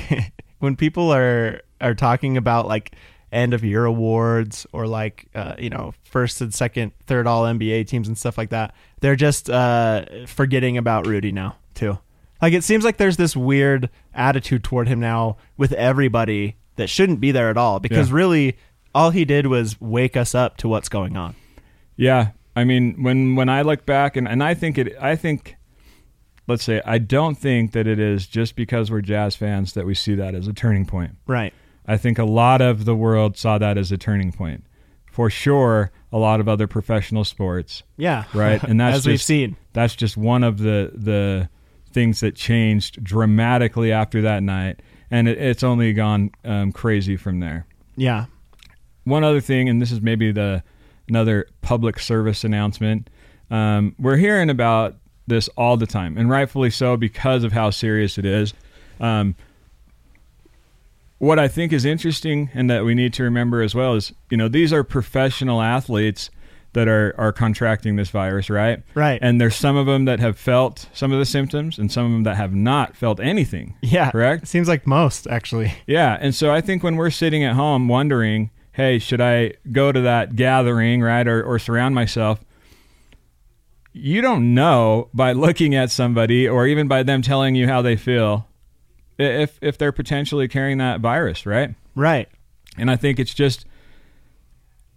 [SPEAKER 4] when people are are talking about like end of year awards or like uh, you know first and second, third All NBA teams and stuff like that, they're just uh, forgetting about Rudy now too. Like it seems like there's this weird attitude toward him now with everybody that shouldn't be there at all because
[SPEAKER 3] Yeah.
[SPEAKER 4] really all he did was wake us up to what's going on.
[SPEAKER 3] Yeah. I mean when when I look back and, and I think it I think let's say I don't think that it is just because we're jazz fans that we see that as a turning point.
[SPEAKER 4] Right.
[SPEAKER 3] I think a lot of the world saw that as a turning point. For sure, a lot of other professional sports,
[SPEAKER 4] Yeah.
[SPEAKER 3] right? And that's
[SPEAKER 4] as we've
[SPEAKER 3] just-
[SPEAKER 4] seen.
[SPEAKER 3] That's just one of the the things that changed dramatically after that night, and it, it's only gone um, crazy from there.
[SPEAKER 4] Yeah.
[SPEAKER 3] One other thing, and this is maybe the another public service announcement. Um, we're hearing about this all the time, and rightfully so because of how serious it is. Um, what I think is interesting and that we need to remember as well is, you know, these are professional athletes that are are contracting this virus, right?
[SPEAKER 4] Right.
[SPEAKER 3] And there's some of them that have felt some of the symptoms, and some of them that have not felt anything.
[SPEAKER 4] Yeah.
[SPEAKER 3] Correct.
[SPEAKER 4] Seems like most actually.
[SPEAKER 3] Yeah, and so I think when we're sitting at home wondering, hey, should I go to that gathering, right, or, or surround myself? You don't know by looking at somebody or even by them telling you how they feel i- if if they're potentially carrying that virus, right?
[SPEAKER 4] Right.
[SPEAKER 3] And I think it's just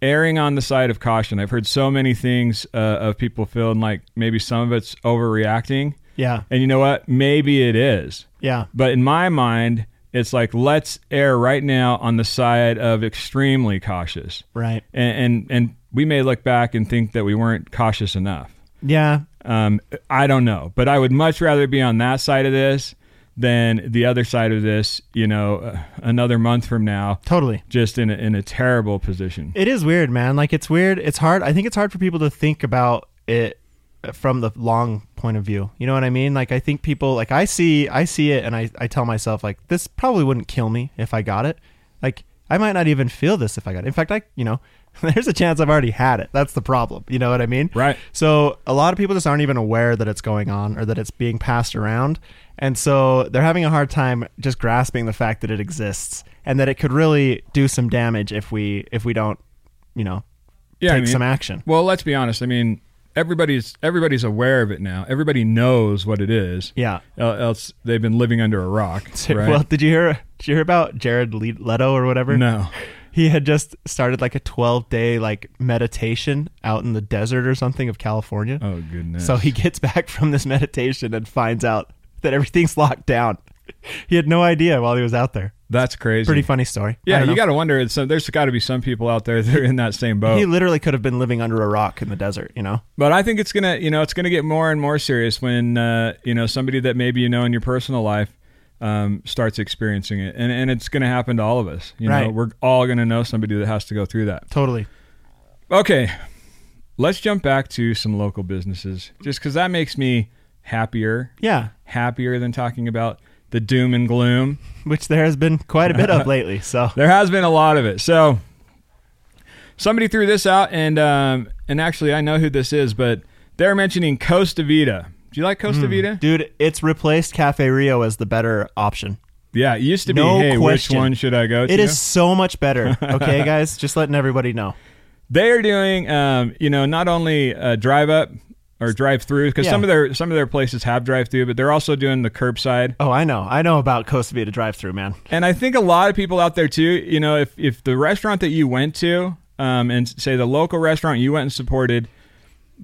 [SPEAKER 3] erring on the side of caution. I've heard so many things uh, of people feeling like maybe some of it's overreacting,
[SPEAKER 4] Yeah.
[SPEAKER 3] And you know what? Maybe it is.
[SPEAKER 4] Yeah.
[SPEAKER 3] But in my mind, it's like let's err right now on the side of extremely cautious.
[SPEAKER 4] Right.
[SPEAKER 3] And and, and we may look back and think that we weren't cautious enough.
[SPEAKER 4] Yeah.
[SPEAKER 3] Um, I don't know, but I would much rather be on that side of this than the other side of this. You know, uh, another month from now,
[SPEAKER 4] Totally.
[SPEAKER 3] just in a, in a terrible position.
[SPEAKER 4] It is weird, man. Like it's weird. It's hard. I think it's hard for people to think about it from the long point of view. You know what I mean? Like I think people like I see I see it and I I tell myself like this probably wouldn't kill me if I got it. Like I might not even feel this if I got it. In fact, I you know, there's a chance I've already had it. That's the problem. You know what I mean?
[SPEAKER 3] Right.
[SPEAKER 4] So a lot of people just aren't even aware that it's going on or that it's being passed around. And so they're having a hard time just grasping the fact that it exists and that it could really do some damage if we if we don't, you know,
[SPEAKER 3] Yeah, I
[SPEAKER 4] take
[SPEAKER 3] mean-
[SPEAKER 4] some action.
[SPEAKER 3] Well, let's be honest. I mean, everybody's everybody's aware of it now. Everybody knows what it is.
[SPEAKER 4] Yeah.
[SPEAKER 3] El- Else they've been living under a rock. Right?
[SPEAKER 4] Well, did you hear did you hear about Jared Le- Leto or whatever?
[SPEAKER 3] no.
[SPEAKER 4] He had just started like a 12-day like meditation out in the desert or something of California.
[SPEAKER 3] Oh goodness.
[SPEAKER 4] So he gets back from this meditation and finds out that everything's locked down. He had no idea while he was out there.
[SPEAKER 3] that's crazy.
[SPEAKER 4] Pretty funny story. I
[SPEAKER 3] Yeah,
[SPEAKER 4] don't
[SPEAKER 3] you
[SPEAKER 4] know.
[SPEAKER 3] got to wonder. So there's got to be some people out there that are in that same boat.
[SPEAKER 4] He literally could have been living under a rock in the desert, you know?
[SPEAKER 3] But I think it's gonna, you know, it's gonna get more and more serious when, uh, you know, somebody that maybe you know in your personal life um, starts experiencing it, and and it's gonna happen to all of us. You know,
[SPEAKER 4] Right.
[SPEAKER 3] we're all gonna know somebody that has to go through that.
[SPEAKER 4] Totally.
[SPEAKER 3] Okay, let's jump back to some local businesses, just because that makes me happier,
[SPEAKER 4] Yeah.
[SPEAKER 3] happier than talking about the doom and gloom.
[SPEAKER 4] Which there has been quite a bit of lately. So
[SPEAKER 3] There has been a lot of it. So somebody threw this out, and um, and actually I know who this is, but they're mentioning Costa Vida. Do you like
[SPEAKER 4] Hmm.
[SPEAKER 3] Costa Vida?
[SPEAKER 4] dude, it's replaced Cafe Rio as the better option.
[SPEAKER 3] Yeah, it used to be.
[SPEAKER 4] No
[SPEAKER 3] hey,
[SPEAKER 4] question.
[SPEAKER 3] which one should I go to?
[SPEAKER 4] It is so much better. Okay, guys? Just letting everybody know.
[SPEAKER 3] They are doing, um, you know, not only uh, drive up or drive through because
[SPEAKER 4] Yeah.
[SPEAKER 3] some of their some of their places have drive through, but they're also doing the curbside.
[SPEAKER 4] Oh, I know. I know about Costa Vita drive through, man.
[SPEAKER 3] And I think a lot of people out there too, you know, if if the restaurant that you went to, um, and say the local restaurant you went and supported,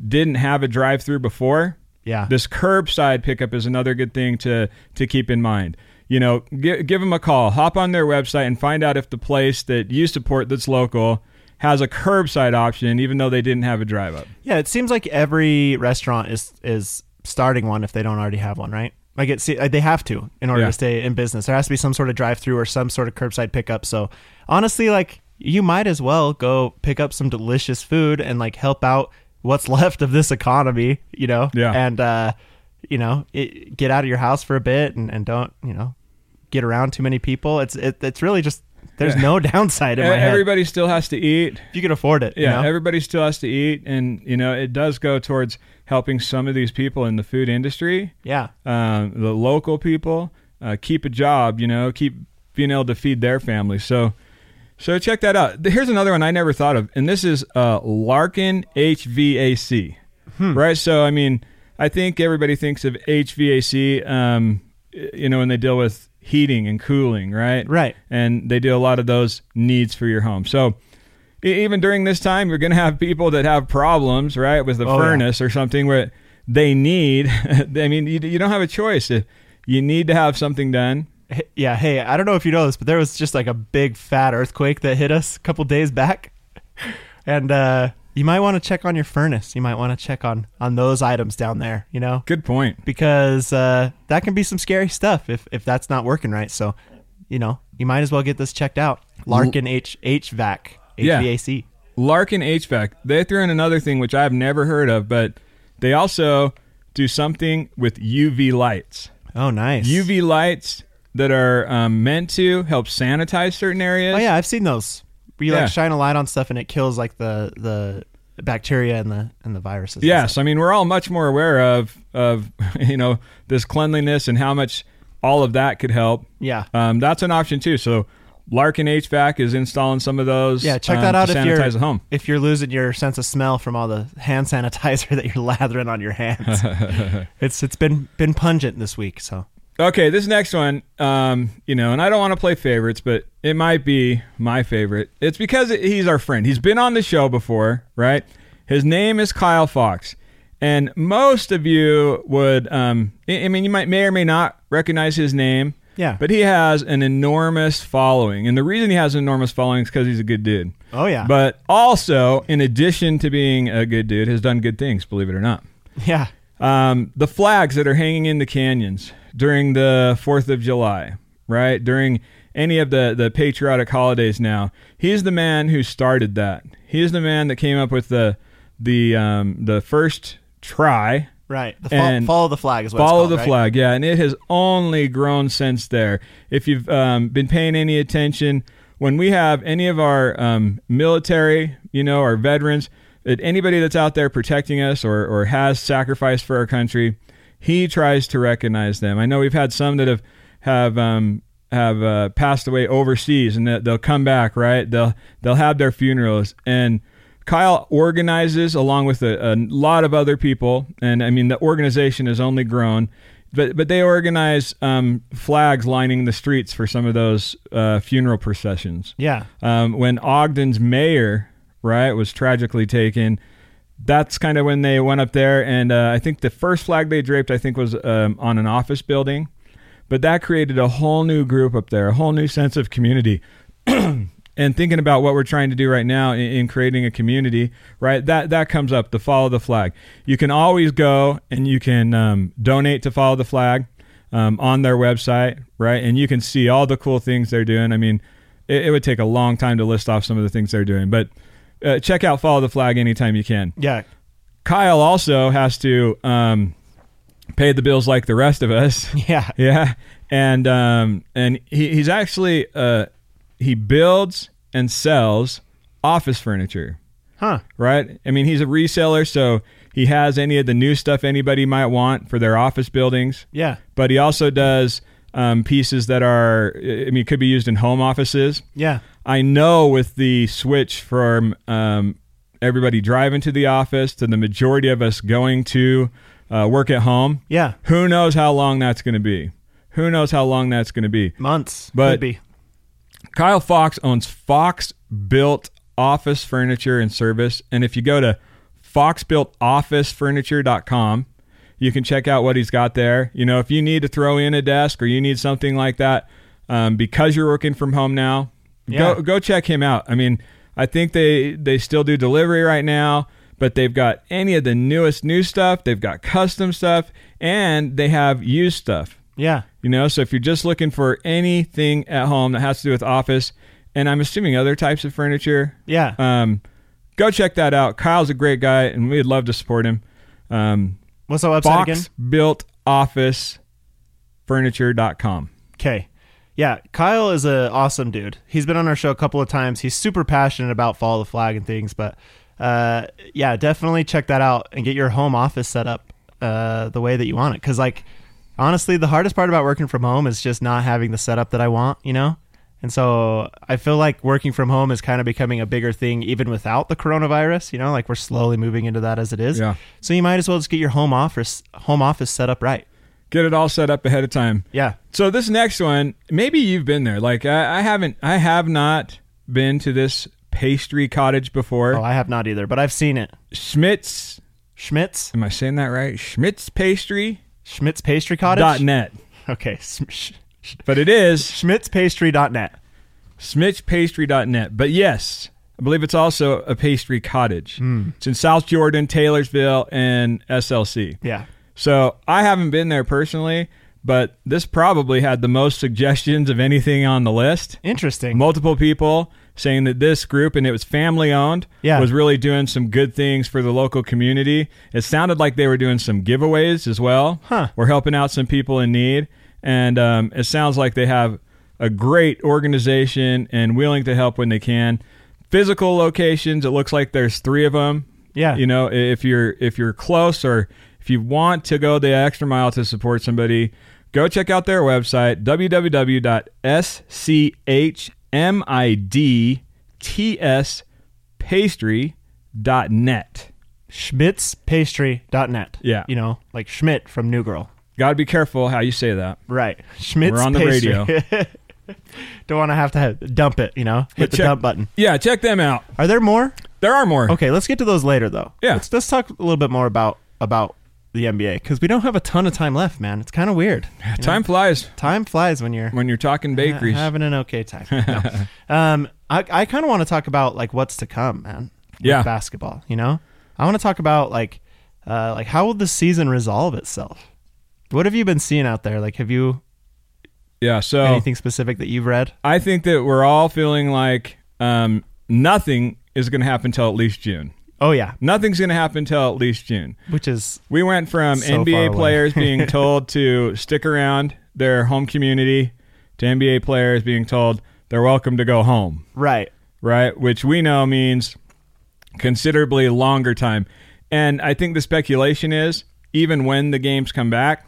[SPEAKER 3] didn't have a drive through before,
[SPEAKER 4] Yeah.
[SPEAKER 3] this curbside pickup is another good thing to to keep in mind. You know, gi- give them a call, hop on their website, and find out if the place that you support that's local has a curbside option, even though they didn't have a drive up.
[SPEAKER 4] Yeah, it seems like every restaurant is is starting one if they don't already have one, right? Like it's like they have to in order
[SPEAKER 3] Yeah.
[SPEAKER 4] to stay in business. There has to be some sort of drive-through or some sort of curbside pickup. So honestly, like you might as well go pick up some delicious food and like help out what's left of this economy, you know?
[SPEAKER 3] Yeah.
[SPEAKER 4] And uh, you know, it, get out of your house for a bit and, and don't you know get around too many people. It's it, it's really just there's no downside in my head.
[SPEAKER 3] E, Everybody still has to eat.
[SPEAKER 4] if you can afford it,
[SPEAKER 3] Yeah,
[SPEAKER 4] you know?
[SPEAKER 3] everybody still has to eat, and you know it does go towards helping some of these people in the food industry,
[SPEAKER 4] yeah,
[SPEAKER 3] um, the local people, uh, keep a job. You know, keep being able to feed their family. So, so check that out. Th- Here's another one I never thought of, and this is uh, Larkin HVAC. Right. So I mean, I think everybody thinks of HVAC. Um, y- you know, when they deal with heating and cooling, right?
[SPEAKER 4] Right.
[SPEAKER 3] and they do a lot of those needs for your home. So e- even during this time, you're going to have people that have problems, right, with the
[SPEAKER 4] Oh, yeah.
[SPEAKER 3] furnace or something where they need. I mean, you, you don't have a choice. If You need to have something done.
[SPEAKER 4] Hey- yeah hey i don't know if you know this but there was just like a big fat earthquake that hit us a couple days back and uh you might want to check on your furnace you might want to check on on those items down there you know
[SPEAKER 3] Good point.
[SPEAKER 4] because uh that can be some scary stuff if if that's not working right so you know you might as well get this checked out larkin h hvac
[SPEAKER 3] Yeah.
[SPEAKER 4] hvac
[SPEAKER 3] Larkin HVAC. They threw in another thing which I've never heard of, but they also do something with UV lights.
[SPEAKER 4] oh nice
[SPEAKER 3] UV lights that are um, meant to help sanitize certain areas.
[SPEAKER 4] oh yeah i've seen those where you
[SPEAKER 3] Yeah.
[SPEAKER 4] like shine a light on stuff and it kills like the the bacteria and the and the viruses and
[SPEAKER 3] Yes, I mean we're all much more aware of of you know this cleanliness and how much all of that could help.
[SPEAKER 4] Yeah.
[SPEAKER 3] um, that's an option too. So Larkin HVAC is installing some of those.
[SPEAKER 4] Yeah, check
[SPEAKER 3] um,
[SPEAKER 4] that out
[SPEAKER 3] to
[SPEAKER 4] if
[SPEAKER 3] sanitize
[SPEAKER 4] you're
[SPEAKER 3] at home.
[SPEAKER 4] if you're losing your sense of smell from all the hand sanitizer that you're lathering on your hands. it's it's been been pungent this week, so
[SPEAKER 3] Okay, this next one, um, you know, and I don't want to play favorites, but it might be my favorite. It's because he's our friend. He's been on the show before, right? His name is Kyle Fox, And most of you would, um, I I mean, you might may or may not recognize his name.
[SPEAKER 4] Yeah.
[SPEAKER 3] But he has an enormous following. And the reason he has an enormous following is because he's a good dude.
[SPEAKER 4] Oh, yeah.
[SPEAKER 3] But also, in addition to being a good dude, has done good things, believe it or not.
[SPEAKER 4] Yeah.
[SPEAKER 3] Um, the flags that are hanging in the canyons during the 4th of July, right? During any of the, the patriotic holidays now. He's the man who started that. He's the man that came up with the the um, the first try.
[SPEAKER 4] Right. The fo-
[SPEAKER 3] And-
[SPEAKER 4] follow the flag is what
[SPEAKER 3] Follow
[SPEAKER 4] it's called,
[SPEAKER 3] the
[SPEAKER 4] right?
[SPEAKER 3] flag, yeah, and it has only grown since there. If you've um, been paying any attention, when we have any of our um, military, you know, our veterans, that anybody that's out there protecting us or, or has sacrificed for our country, he tries to recognize them. I know we've had some that have have um, have uh, passed away overseas, and that they'll come back, right? They'll they'll have their funerals and. Kyle organizes along with a, a lot of other people, and I mean the organization has only grown. But but they organize um, flags lining the streets for some of those uh, funeral processions.
[SPEAKER 4] Yeah.
[SPEAKER 3] Um, when Ogden's mayor right was tragically taken, that's kind of when they went up there, and uh, I think the first flag they draped I think was um, on an office building, but that created a whole new group up there, a whole new sense of community and thinking about what we're trying to do right now in, in creating a community, right? That that comes up. The follow the flag. You can always go and you can um, donate to follow the flag um, on their website, right? And you can see all the cool things they're doing. I mean, it, it would take a long time to list off some of the things they're doing, but uh, check out follow the flag anytime you can.
[SPEAKER 4] Yeah.
[SPEAKER 3] Kyle also has to um, pay the bills like the rest of us.
[SPEAKER 4] Yeah.
[SPEAKER 3] Yeah, and um, and he, he's actually uh, he builds and sells office furniture,
[SPEAKER 4] Huh.
[SPEAKER 3] right? I mean, he's a reseller, so he has any of the new stuff anybody might want for their office buildings.
[SPEAKER 4] Yeah.
[SPEAKER 3] But he also does um, pieces that are, I mean, could be used in home offices.
[SPEAKER 4] Yeah.
[SPEAKER 3] I know with the switch from um, everybody driving to the office to the majority of us going to uh, work at home.
[SPEAKER 4] Yeah.
[SPEAKER 3] Who knows how long that's going to be? Who knows how long that's going to be?
[SPEAKER 4] Months.
[SPEAKER 3] But-
[SPEAKER 4] could be.
[SPEAKER 3] Kyle Fox owns Fox Built Office Furniture and Service. And if you go to foxbuiltofficefurniture.com, you can check out what he's got there. You know, if you need to throw in a desk or you need something like that um, because you're working from home now,
[SPEAKER 4] Yeah.
[SPEAKER 3] go go check him out. I mean, I think they they still do delivery right now, but they've got any of the newest new stuff. They've got custom stuff, and they have used stuff.
[SPEAKER 4] Yeah.
[SPEAKER 3] You know, so if you're just looking for anything at home that has to do with office, and I'm assuming other types of furniture,
[SPEAKER 4] Yeah.
[SPEAKER 3] um, go check that out. Kyle's a great guy, and we'd love to support him. Um,
[SPEAKER 4] What's the website again?
[SPEAKER 3] boxbuiltofficefurniture.com.
[SPEAKER 4] Okay. Yeah, Kyle is a awesome dude. He's been on our show a couple of times. He's super passionate about follow the flag and things, but uh, yeah, definitely check that out and get your home office set up uh, the way that you want it. Because like, honestly, the hardest part about working from home is just not having the setup that I want. You know, and so I feel like working from home is kind of becoming a bigger thing, even without the coronavirus. You know, like we're slowly moving into that as it is.
[SPEAKER 3] Yeah.
[SPEAKER 4] So you might as well just get your home office home office set up right.
[SPEAKER 3] Get it all set up ahead of time.
[SPEAKER 4] Yeah.
[SPEAKER 3] So this next one, maybe you've been there. Like I, I haven't, I have not been to this pastry cottage before.
[SPEAKER 4] Oh, I have not either, but I've seen it.
[SPEAKER 3] Schmitz,
[SPEAKER 4] Schmitz.
[SPEAKER 3] am I saying that right? Schmitz Pastry
[SPEAKER 4] Schmitz Pastry Cottage.
[SPEAKER 3] dot net,
[SPEAKER 4] Okay. Sch- Sch- Sch-
[SPEAKER 3] but it is
[SPEAKER 4] Schmitz Pastry dot net.
[SPEAKER 3] smitchpastry.net. But yes, I believe it's also a pastry cottage. It's in South Jordan, Taylorsville, and SLC.
[SPEAKER 4] Yeah.
[SPEAKER 3] So I haven't been there personally, but this probably had the most suggestions of anything on the list.
[SPEAKER 4] Interesting.
[SPEAKER 3] Multiple people saying that this group, and it was family owned,
[SPEAKER 4] Yeah.
[SPEAKER 3] was really doing some good things for the local community. It sounded like they were doing some giveaways as well.
[SPEAKER 4] Huh.
[SPEAKER 3] We're helping out some people in need. And um, it sounds like they have a great organization and willing to help when they can. Physical locations, it looks like there's three of them.
[SPEAKER 4] Yeah.
[SPEAKER 3] You know, i- if you're if you're close or if you want to go the extra mile to support somebody, go check out their website www.schmidtspastry.net.
[SPEAKER 4] Schmitz Pastry dot net.
[SPEAKER 3] Yeah.
[SPEAKER 4] You know, like Schmidt from New Girl.
[SPEAKER 3] Got to be careful how you say that.
[SPEAKER 4] Right. Schmitz.
[SPEAKER 3] We're on the
[SPEAKER 4] Pastry.
[SPEAKER 3] radio.
[SPEAKER 4] Don't want to have to have, dump it. You know, hit
[SPEAKER 3] But
[SPEAKER 4] the
[SPEAKER 3] check-
[SPEAKER 4] dump button.
[SPEAKER 3] Yeah, check them out.
[SPEAKER 4] Are there more?
[SPEAKER 3] There are more.
[SPEAKER 4] Okay, let's get to those later though.
[SPEAKER 3] Yeah.
[SPEAKER 4] Let's let's talk a little bit more about about the NBA because we don't have a ton of time left, man. It's kind of weird. you know?
[SPEAKER 3] Time flies
[SPEAKER 4] time flies when you're
[SPEAKER 3] when you're talking bakeries.
[SPEAKER 4] having an okay time. No. um, I, I kind of want to talk about like what's to come, man. with
[SPEAKER 3] Yeah.
[SPEAKER 4] basketball. You know, I want to talk about like, uh, like how will the season resolve itself? What have you been seeing out there? Like, have you
[SPEAKER 3] yeah. So
[SPEAKER 4] anything specific that you've read?
[SPEAKER 3] I think that we're all feeling like um, nothing is going to happen till at least June.
[SPEAKER 4] Oh yeah,
[SPEAKER 3] Nothing's going to happen till at least June.
[SPEAKER 4] which is
[SPEAKER 3] We went from
[SPEAKER 4] So far
[SPEAKER 3] NBA
[SPEAKER 4] away.
[SPEAKER 3] players being told to stick around their home community to NBA players being told they're welcome to go home,
[SPEAKER 4] right.
[SPEAKER 3] right? Which we know means considerably longer time. And I think the speculation is even when the games come back,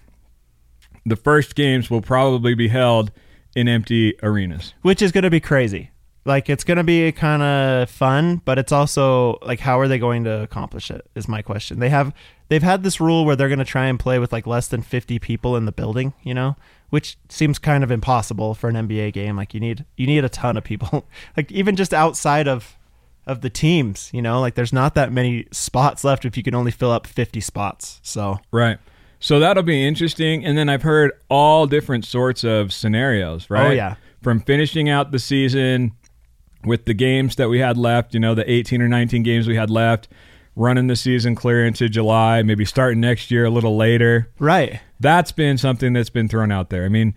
[SPEAKER 3] the first games will probably be held in empty arenas.
[SPEAKER 4] which is going to be crazy. Like it's going to be kind of fun, but it's also like how are they going to accomplish it is my question. They have they've had this rule where they're going to try and play with like less than 50 people in the building, you know, which seems kind of impossible for an NBA game. Like you need you need a ton of people. like even just outside of of the teams, you know, like there's not that many spots left if you can only fill up 50 spots. So,
[SPEAKER 3] Right. So that'll be interesting. And then I've heard all different sorts of scenarios, right?
[SPEAKER 4] Oh, yeah.
[SPEAKER 3] From finishing out the season with the games that we had left, you know, the 18 or 19 games we had left, running the season clear into July, maybe starting next year a little later.
[SPEAKER 4] right.
[SPEAKER 3] That's been something that's been thrown out there. I mean,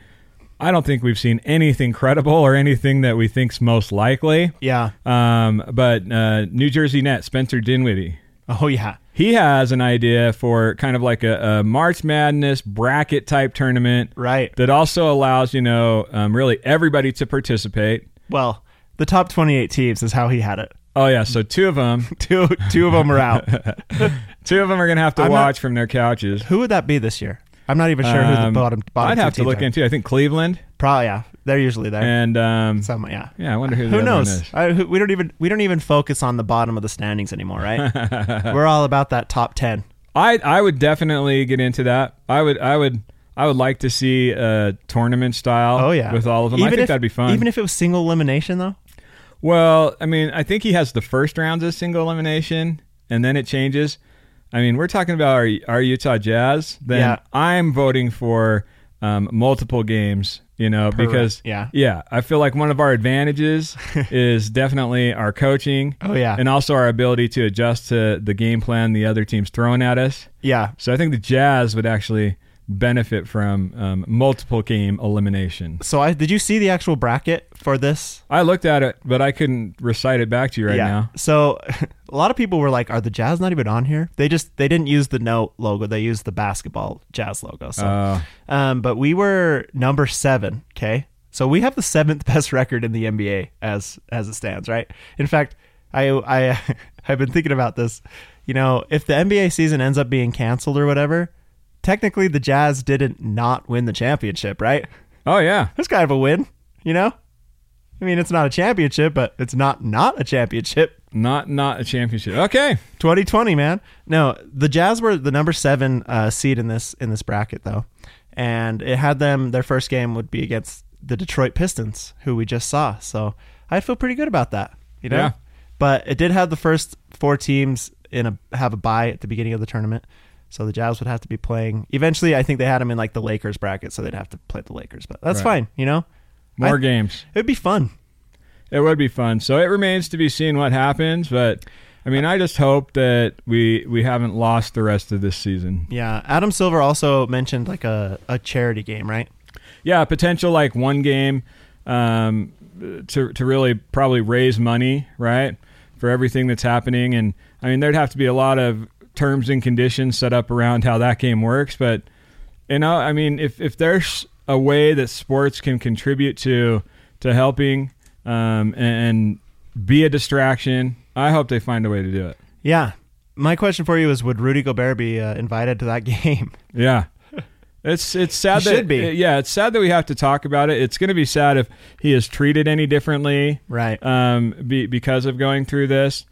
[SPEAKER 3] I don't think we've seen anything credible or anything that we think's most likely.
[SPEAKER 4] Yeah.
[SPEAKER 3] Um, but uh, New Jersey net Spencer Dinwiddie,
[SPEAKER 4] Oh yeah.
[SPEAKER 3] he has an idea for kind of like a, a March Madness bracket type tournament,
[SPEAKER 4] Right.
[SPEAKER 3] That also allows you know um, really everybody to participate.
[SPEAKER 4] Well, the top 28 teams is how he had it.
[SPEAKER 3] Oh yeah, so two of them,
[SPEAKER 4] Two two of them are out.
[SPEAKER 3] two of them are gonna have to
[SPEAKER 4] I'm not-
[SPEAKER 3] watch from their couches.
[SPEAKER 4] Who would that be this year? I'm not even sure who the
[SPEAKER 3] Um,
[SPEAKER 4] bottom bottom.
[SPEAKER 3] I'd
[SPEAKER 4] two
[SPEAKER 3] have to
[SPEAKER 4] teams
[SPEAKER 3] look
[SPEAKER 4] are.
[SPEAKER 3] into. I think Cleveland
[SPEAKER 4] Probably yeah. They're usually there.
[SPEAKER 3] and um,
[SPEAKER 4] Some yeah.
[SPEAKER 3] yeah, I wonder who. The
[SPEAKER 4] Who
[SPEAKER 3] other one
[SPEAKER 4] knows?
[SPEAKER 3] is.
[SPEAKER 4] I, who, we don't even we don't even focus on the bottom of the standings anymore, right? We're all about that top ten.
[SPEAKER 3] I I would definitely get into that. I would I would I would like to see a tournament style.
[SPEAKER 4] Oh yeah,
[SPEAKER 3] with all of them. I
[SPEAKER 4] Even
[SPEAKER 3] think
[SPEAKER 4] if-
[SPEAKER 3] that'd be fun.
[SPEAKER 4] Even if it was single elimination, though.
[SPEAKER 3] Well, I mean, I think he has the first rounds as single elimination, and then it changes. I mean, we're talking about our, our Utah Jazz. Then
[SPEAKER 4] Yeah.
[SPEAKER 3] I'm voting for um, multiple games. You know, because
[SPEAKER 4] yeah.
[SPEAKER 3] yeah, I feel like one of our advantages is definitely our coaching.
[SPEAKER 4] Oh, yeah.
[SPEAKER 3] and also our ability to adjust to the game plan the other team's throwing at us.
[SPEAKER 4] Yeah,
[SPEAKER 3] So I think the Jazz would actually benefit from um, multiple game elimination.
[SPEAKER 4] so I did you see the actual bracket for this?
[SPEAKER 3] I looked at it, but I couldn't recite it back to you right
[SPEAKER 4] yeah.
[SPEAKER 3] now.
[SPEAKER 4] So a lot of people were like, "Are the Jazz not even on here?" They just they didn't use the no logo. They used the basketball Jazz logo. So,
[SPEAKER 3] Oh.
[SPEAKER 4] um, but we were number seven. Okay, so we have the seventh best record in the NBA as as it stands. Right. In fact, I I I've been thinking about this. You know, if the NBA season ends up being canceled or whatever, technically the Jazz didn't not win the championship, right?
[SPEAKER 3] Oh yeah.
[SPEAKER 4] that's kind of a win, you know? I mean, it's not a championship, but it's not not a championship.
[SPEAKER 3] Not not a championship. Okay.
[SPEAKER 4] 2020, man. No, the Jazz were the number seven uh, seed in this in this bracket though, and it had them. Their first game would be against the Detroit Pistons, who we just saw. So I feel pretty good about that, you know.
[SPEAKER 3] Yeah.
[SPEAKER 4] But it did have the first four teams in a have a bye at the beginning of the tournament, so the Jazz would have to be playing. Eventually, I think they had them in like the Lakers bracket, so they'd have to play the Lakers. But that's
[SPEAKER 3] Right.
[SPEAKER 4] fine, you know.
[SPEAKER 3] More
[SPEAKER 4] I-
[SPEAKER 3] games.
[SPEAKER 4] It'd be fun.
[SPEAKER 3] It would be fun. So it remains to be seen what happens, but I mean, I just hope that we we haven't lost the rest of this season.
[SPEAKER 4] Yeah, Adam Silver also mentioned like a, a charity game, right?
[SPEAKER 3] Yeah, potential like one game um, to to really probably raise money, right, for everything that's happening. And I mean, there'd have to be a lot of terms and conditions set up around how that game works. But you know, I mean, if if there's a way that sports can contribute to to helping um, and, and be a distraction, I hope they find a way to do it.
[SPEAKER 4] Yeah. My question for you is: Would Rudy Gobert be uh, invited to that game?
[SPEAKER 3] Yeah. It's it's
[SPEAKER 4] He
[SPEAKER 3] sad that uh,
[SPEAKER 4] should be.
[SPEAKER 3] yeah it's sad that we have to talk about it. It's going to be sad if he is treated any differently,
[SPEAKER 4] Right.
[SPEAKER 3] Um, be, because of going through this,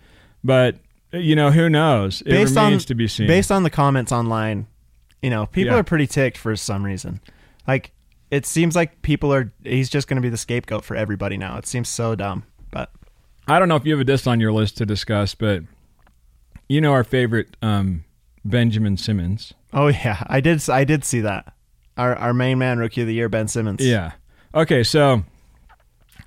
[SPEAKER 3] but you know who knows? It remains to be seen.
[SPEAKER 4] Based on the comments online, you know, people
[SPEAKER 3] Yeah.
[SPEAKER 4] are pretty ticked for some reason. Like it seems like people are. He's just going to be the scapegoat for everybody now. It seems so dumb, but
[SPEAKER 3] I don't know if you have a disc on your list to discuss, but you know our favorite um, Benjamin Simmons.
[SPEAKER 4] Oh yeah, I did. I did see that. Our our main man, rookie of the year, Ben Simmons.
[SPEAKER 3] Yeah. Okay, so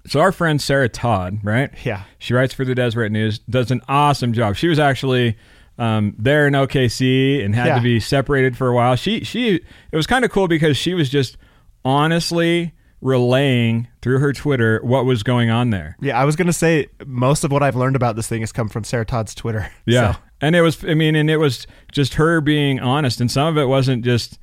[SPEAKER 3] so our friend Sarah Todd, right?
[SPEAKER 4] Yeah.
[SPEAKER 3] She writes for the Deseret News, does an awesome job. She was actually um, there in OKC and had
[SPEAKER 4] Yeah.
[SPEAKER 3] to be separated for a while. She she it was kind of cool because she was just honestly relaying through her Twitter what was going on there.
[SPEAKER 4] Yeah, I was gonna say most of what I've learned about this thing has come from Sarah Todd's Twitter.
[SPEAKER 3] Yeah.
[SPEAKER 4] So,
[SPEAKER 3] And it was, I mean, and it was just her being honest. And some of it wasn't just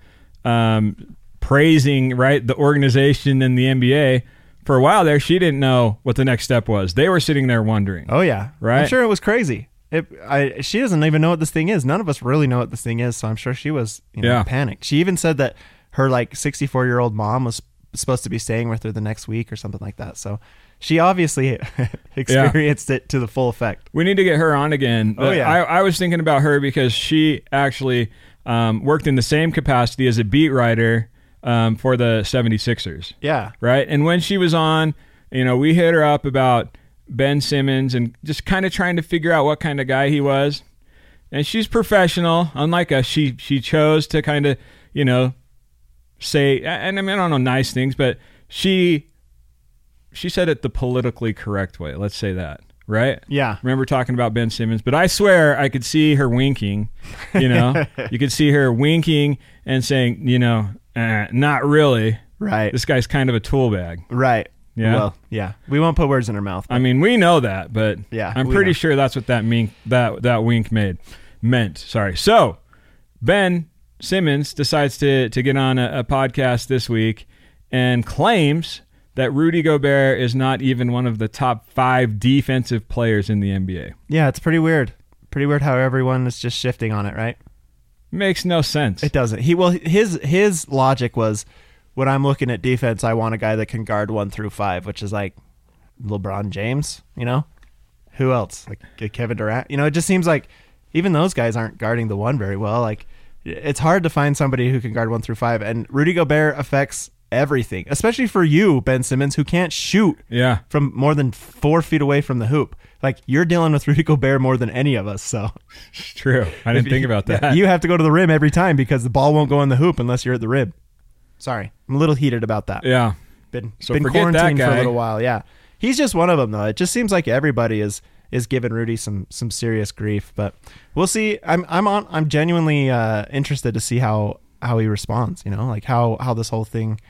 [SPEAKER 3] um, praising, right, the organization and the NBA. For a while there, she didn't know what the next step was. They were sitting there wondering.
[SPEAKER 4] oh yeah, I'm
[SPEAKER 3] Right.
[SPEAKER 4] sure it was crazy. It, I, she doesn't even know what this thing is. None of us really know what this thing is, so I'm sure she was you know,
[SPEAKER 3] Yeah.
[SPEAKER 4] panicked. She even said that her like 64 year old mom was supposed to be staying with her the next week or something like that. So she obviously experienced it to the full effect.
[SPEAKER 3] We need to get her on again.
[SPEAKER 4] Oh,
[SPEAKER 3] But
[SPEAKER 4] yeah.
[SPEAKER 3] I, I was thinking about her because she actually um, worked in the same capacity as a beat writer um, for the 76ers.
[SPEAKER 4] Yeah,
[SPEAKER 3] right? And when she was on, you know, we hit her up about Ben Simmons and just kind of trying to figure out what kind of guy he was. And she's professional, unlike us. She she chose to kind of, you know, say and I mean I don't know nice things, but she she said it the politically correct way. Let's say that, right?
[SPEAKER 4] yeah.
[SPEAKER 3] remember talking about Ben Simmons, but I swear I could see her winking. You know, you could see her winking and saying, you know, eh, not really.
[SPEAKER 4] Right.
[SPEAKER 3] This guy's kind of a tool bag.
[SPEAKER 4] Right.
[SPEAKER 3] Yeah.
[SPEAKER 4] Well, yeah. We won't put words in her mouth.
[SPEAKER 3] I mean, we know that, but
[SPEAKER 4] Yeah,
[SPEAKER 3] I'm
[SPEAKER 4] we
[SPEAKER 3] pretty
[SPEAKER 4] know.
[SPEAKER 3] sure that's what that mean that that wink made meant. Sorry. So Ben Simmons decides to to get on a, a podcast this week and claims that Rudy Gobert is not even one of the top five defensive players in the NBA.
[SPEAKER 4] Yeah, it's pretty weird. Pretty weird how everyone is just shifting on it, right?
[SPEAKER 3] Makes no sense.
[SPEAKER 4] It doesn't. He well his his logic was when I'm looking at defense, I want a guy that can guard 1 through 5, which is like LeBron James, you know? Who else? Like uh, Kevin Durant. You know, it just seems like even those guys aren't guarding the 1 very well. Like it's hard to find somebody who can guard 1 through 5 and Rudy Gobert affects everything, especially for you, Ben Simmons, who can't shoot.
[SPEAKER 3] Yeah.
[SPEAKER 4] from more than four feet away from the hoop. Like you're dealing with Rudy Gobert more than any of us. So
[SPEAKER 3] True. I didn't think about that.
[SPEAKER 4] you have to go to the rim every time because the ball won't go in the hoop unless you're at the rim. Sorry, I'm a little heated about that.
[SPEAKER 3] yeah.
[SPEAKER 4] Been,
[SPEAKER 3] So
[SPEAKER 4] been
[SPEAKER 3] forget that
[SPEAKER 4] quarantined for
[SPEAKER 3] guy.
[SPEAKER 4] a little while. Yeah, he's just one of them though. It just seems like everybody is is giving Rudy some some serious grief. But we'll see. I'm I'm on. I'm genuinely uh, interested to see how how he responds. You know, like how how this whole thing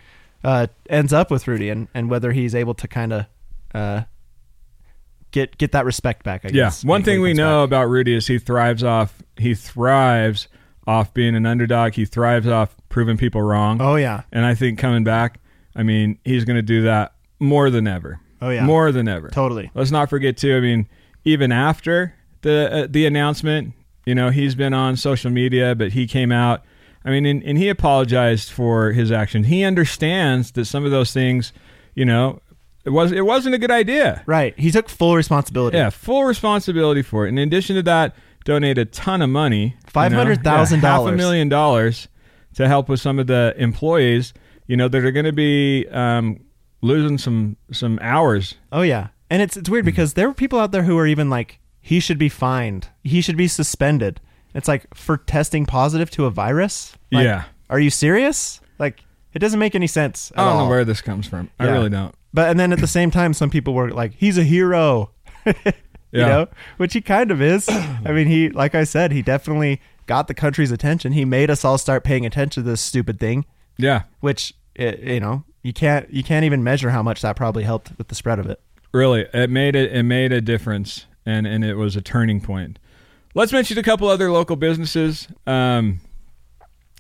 [SPEAKER 4] uh, ends up with Rudy and and whether he's able to kind of. Uh, Get get that respect back. I
[SPEAKER 3] Yeah.
[SPEAKER 4] guess.
[SPEAKER 3] One
[SPEAKER 4] when- when
[SPEAKER 3] thing
[SPEAKER 4] he
[SPEAKER 3] we
[SPEAKER 4] comes
[SPEAKER 3] know about Rudy is he thrives off he thrives off being an underdog. He thrives off proving people wrong.
[SPEAKER 4] back. Oh yeah,
[SPEAKER 3] And I think coming back, I mean, he's going to do that more than ever.
[SPEAKER 4] Oh, yeah.
[SPEAKER 3] More than ever.
[SPEAKER 4] totally.
[SPEAKER 3] Let's not forget too. I mean, even after the uh, the announcement, you know, he's been on social media, but he came out. I mean, and, and he apologized for his action. He understands that some of those things, you know, it was it wasn't a good idea.
[SPEAKER 4] Right. He took full responsibility.
[SPEAKER 3] Yeah, full responsibility for it. And in addition to that, donate a ton of money. you know,
[SPEAKER 4] $500,000.
[SPEAKER 3] yeah, half a million dollars to help with some of the employees, you know, that are going to be um, losing some some hours.
[SPEAKER 4] Oh yeah. And it's it's
[SPEAKER 3] Mm-hmm.
[SPEAKER 4] weird because there were people out there who are even like he should be fined. He should be suspended. It's like for testing positive to a virus? Like,
[SPEAKER 3] Yeah.
[SPEAKER 4] Are you serious? Like it doesn't make any sense. at
[SPEAKER 3] I don't
[SPEAKER 4] all.
[SPEAKER 3] know where this comes from. I
[SPEAKER 4] Oh. Yeah.
[SPEAKER 3] really don't.
[SPEAKER 4] But and then at the same time some people were like he's a hero. you
[SPEAKER 3] Yeah.
[SPEAKER 4] know, which he kind of is. I mean, he like I said, he definitely got the country's attention. He made us all start paying attention to this stupid thing.
[SPEAKER 3] Yeah,
[SPEAKER 4] which it, you know you can't you can't even measure how much that probably helped with the spread of it.
[SPEAKER 3] really, it made it it made a difference, and and it was a turning point. Let's mention a couple other local businesses. Um,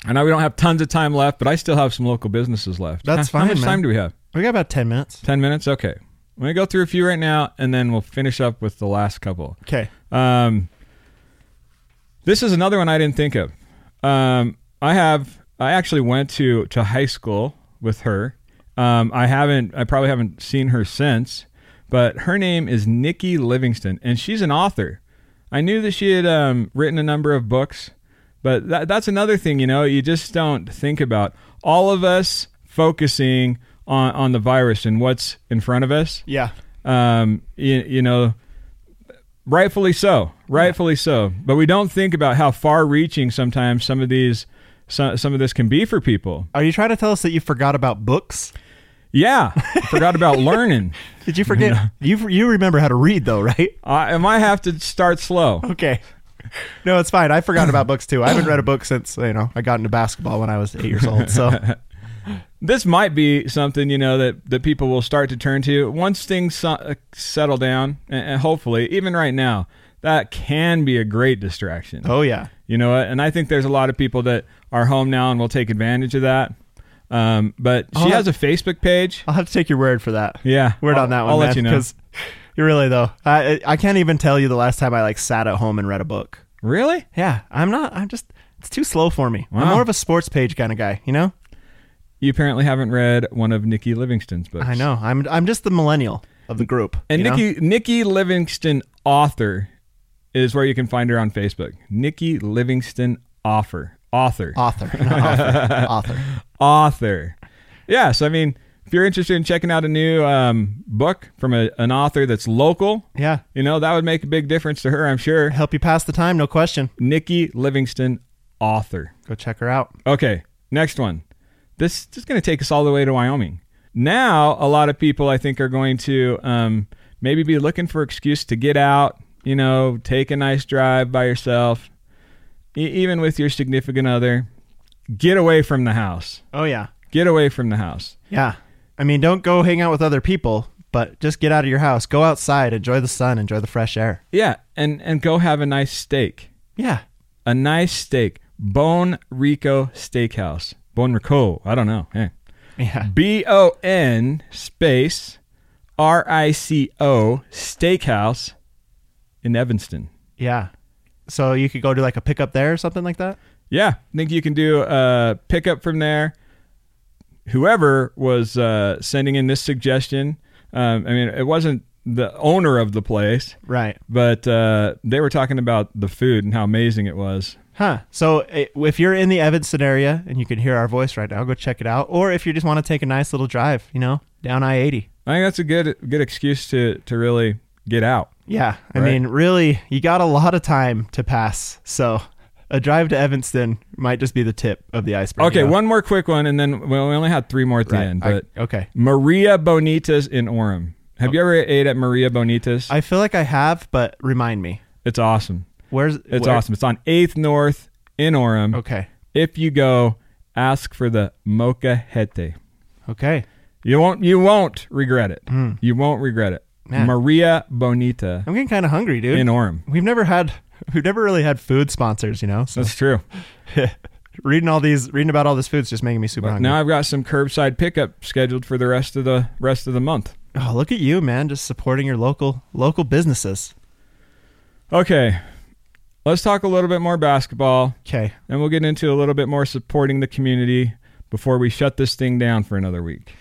[SPEAKER 3] I know we don't have tons of time left, but I still have some local businesses left.
[SPEAKER 4] That's
[SPEAKER 3] How- How
[SPEAKER 4] fine,
[SPEAKER 3] much
[SPEAKER 4] man.
[SPEAKER 3] time do we have?
[SPEAKER 4] We got about ten minutes.
[SPEAKER 3] Ten minutes. Okay, I'm gonna go through a few right now, and then we'll finish up with the last couple.
[SPEAKER 4] Okay.
[SPEAKER 3] Um, this is another one I didn't think of. Um, I have I actually went to to high school with her. Um, I haven't I probably haven't seen her since, but her name is Nikki Livingston, and she's an author. I knew that she had um, written a number of books, but that, that's another thing you know you just don't think about. All of us focusing on on the virus and what's in front of us
[SPEAKER 4] Yeah.
[SPEAKER 3] um, you, you know, rightfully so. rightfully so. But we don't think about how far-reaching sometimes some of these, some, some of this can be for people.
[SPEAKER 4] Are you trying to tell us that you forgot about books?
[SPEAKER 3] Yeah, forgot about learning.
[SPEAKER 4] Did you forget? You you remember how to read though, right?
[SPEAKER 3] I, I might have to start slow.
[SPEAKER 4] Okay. No, it's fine. I forgot about books too. I haven't read a book since you know I got into basketball when I was eight years old. So
[SPEAKER 3] This might be something you know that that people will start to turn to once things so- uh, settle down, and, and hopefully, even right now, that can be a great distraction.
[SPEAKER 4] oh yeah,
[SPEAKER 3] You know what? And I think there's a lot of people that are home now and will take advantage of that. Um, but she
[SPEAKER 4] I'll
[SPEAKER 3] has a Facebook page.
[SPEAKER 4] I'll have to take your word for that.
[SPEAKER 3] Yeah.
[SPEAKER 4] word
[SPEAKER 3] I'll-
[SPEAKER 4] on that one.
[SPEAKER 3] I'll let
[SPEAKER 4] man,
[SPEAKER 3] you know.
[SPEAKER 4] 'cause you really though. I I can't even tell you the last time I like sat at home and read a book.
[SPEAKER 3] Really?
[SPEAKER 4] Yeah, I'm not. I'm just. It's too slow for me. I'm
[SPEAKER 3] Wow.
[SPEAKER 4] more of a sports page kind of guy. You know.
[SPEAKER 3] You apparently haven't read one of Nikki Livingston's books.
[SPEAKER 4] I know. I'm I'm just the millennial of the group.
[SPEAKER 3] And
[SPEAKER 4] you know?
[SPEAKER 3] Nikki Nikki Livingston author is where you can find her on Facebook. Nikki Livingston author author
[SPEAKER 4] author, not author, author.
[SPEAKER 3] author. Yeah, so I mean, if you're interested in checking out a new um, book from a, an author that's local,
[SPEAKER 4] Yeah,
[SPEAKER 3] you know that would make a big difference to her, I'm sure.
[SPEAKER 4] help you pass the time, no question.
[SPEAKER 3] Nikki Livingston author.
[SPEAKER 4] Go check her out.
[SPEAKER 3] Okay, next one. This, this is going to take us all the way to Wyoming. Now, a lot of people, I think, are going to um, maybe be looking for excuse to get out. You know, take a nice drive by yourself, e- even with your significant other. Get away from the house.
[SPEAKER 4] Oh yeah,
[SPEAKER 3] Get away from the house.
[SPEAKER 4] yeah. I mean, don't go hang out with other people, but just get out of your house, go outside, enjoy the sun, enjoy the fresh air.
[SPEAKER 3] Yeah, and and go have a nice steak.
[SPEAKER 4] Yeah,
[SPEAKER 3] A nice steak. Bon Rico Steakhouse. Bon Rico. I don't know. Hey.
[SPEAKER 4] yeah.
[SPEAKER 3] B O N space R I C O Steakhouse in Evanston.
[SPEAKER 4] Yeah. So you could go do like a pickup there or something like that.
[SPEAKER 3] Yeah, I think you can do a pickup from there. Whoever was uh, sending in this suggestion, um, I mean, it wasn't the owner of the place,
[SPEAKER 4] Right.
[SPEAKER 3] but uh, they were talking about the food and how amazing it was.
[SPEAKER 4] Huh. So eh, if you're in the Evanston area and you can hear our voice right now, go check it out. Or if you just want to take a nice little drive, you know, down I 80.
[SPEAKER 3] I think that's a good good excuse to to really get out.
[SPEAKER 4] Yeah. I
[SPEAKER 3] Right.
[SPEAKER 4] mean, really, you got a lot of time to pass. So a drive to Evanston might just be the tip of the iceberg.
[SPEAKER 3] Okay,
[SPEAKER 4] you know?
[SPEAKER 3] one more quick one, and then well, we only had three more at the
[SPEAKER 4] Right.
[SPEAKER 3] end.
[SPEAKER 4] I-
[SPEAKER 3] But
[SPEAKER 4] okay.
[SPEAKER 3] Maria Bonita's in Orem. Have you ever ate at Maria Bonita's?
[SPEAKER 4] Oh. I feel like I have, but remind me.
[SPEAKER 3] it's awesome.
[SPEAKER 4] Where's
[SPEAKER 3] It's
[SPEAKER 4] where-
[SPEAKER 3] awesome. It's on Eighth North in Orem.
[SPEAKER 4] Okay.
[SPEAKER 3] If you go, ask for the mocajete.
[SPEAKER 4] Okay.
[SPEAKER 3] You won't. You won't regret it. You won't regret it.
[SPEAKER 4] Hmm. Man.
[SPEAKER 3] Maria Bonita
[SPEAKER 4] I'm getting kind of hungry, dude.
[SPEAKER 3] in Orem.
[SPEAKER 4] we've never had, we've never really had food sponsors, you know? So
[SPEAKER 3] That's true.
[SPEAKER 4] reading all these, reading about all this food's just making me super hungry.
[SPEAKER 3] Now I've got some curbside pickup scheduled for the rest of the rest of the month.
[SPEAKER 4] Oh, look at you, man! Just supporting your local local businesses.
[SPEAKER 3] Okay, let's talk a little bit more basketball.
[SPEAKER 4] Okay,
[SPEAKER 3] And we'll get into a little bit more supporting the community before we shut this thing down for another week.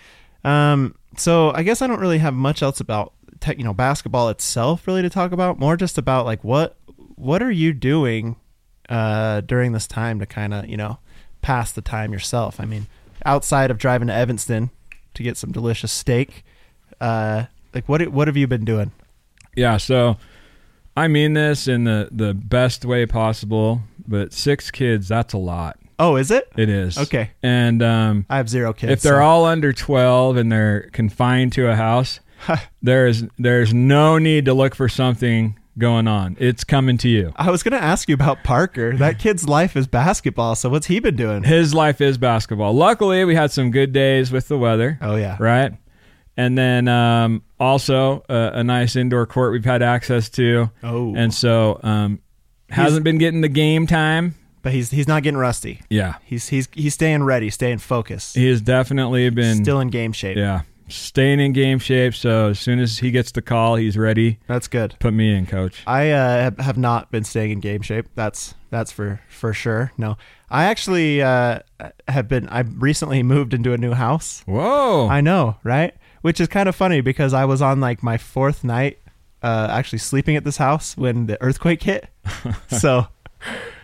[SPEAKER 4] um, so I guess I don't really have much else about tech, you know basketball itself really to talk about. More just about like what what are you doing uh, during this time to kind of you know pass the time yourself. I mean, outside of driving to Evanston to get some delicious steak, uh, like what what have you been doing?
[SPEAKER 3] Yeah, so I mean this in the, the best way possible, but six kids, that's a lot.
[SPEAKER 4] Oh, is it?
[SPEAKER 3] It is.
[SPEAKER 4] Okay.
[SPEAKER 3] And um,
[SPEAKER 4] I have zero kids.
[SPEAKER 3] if they're
[SPEAKER 4] so-
[SPEAKER 3] all under 12 and they're confined to a house, there is there's no need to look for something going on. It's coming to you.
[SPEAKER 4] I was gonna ask you about Parker. That kid's life is basketball. So what's he been doing?
[SPEAKER 3] His life is basketball. Luckily, we had some good days with the weather.
[SPEAKER 4] Oh yeah,
[SPEAKER 3] right? And then um, also uh, a nice indoor court we've had access to.
[SPEAKER 4] Oh.
[SPEAKER 3] and so um, hasn't been getting the game time.
[SPEAKER 4] But he's he's not getting rusty.
[SPEAKER 3] Yeah,
[SPEAKER 4] He's he's he's staying ready, staying focused,
[SPEAKER 3] he has definitely been
[SPEAKER 4] still in game shape.
[SPEAKER 3] yeah staying in game shape. So as soon as he gets the call, he's ready.
[SPEAKER 4] That's good.
[SPEAKER 3] Put me in, coach.
[SPEAKER 4] I uh, have- have not been staying in game shape. That's that's for for sure. No, I actually uh, have been. I recently moved into a new house.
[SPEAKER 3] Whoa!
[SPEAKER 4] I know, right? Which is kind of funny because I was on like my fourth night, uh, actually sleeping at this house when the earthquake hit. so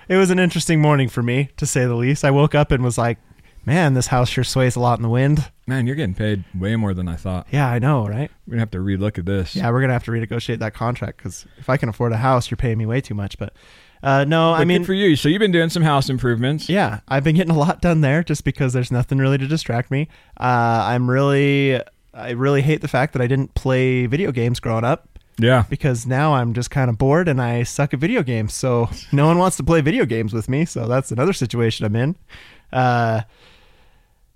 [SPEAKER 4] it was an interesting morning for me, to say the least. I woke up and was like, man, this house sure sways a lot in the wind.
[SPEAKER 3] Man, you're getting paid way more than I thought.
[SPEAKER 4] Yeah, I know, right?
[SPEAKER 3] We're gonna have to relook at this.
[SPEAKER 4] Yeah, we're gonna have to renegotiate that contract because if I can afford a house, you're paying me way too much. But uh, no,
[SPEAKER 3] But
[SPEAKER 4] I mean,
[SPEAKER 3] good for you. So you've been doing some house improvements.
[SPEAKER 4] yeah, I've been getting a lot done there just because there's nothing really to distract me. Uh, I'm really, I really hate the fact that I didn't play video games growing up
[SPEAKER 3] Yeah.
[SPEAKER 4] because now I'm just kind of bored and I suck at video games. So no one wants to play video games with me. So that's another situation I'm in. Uh,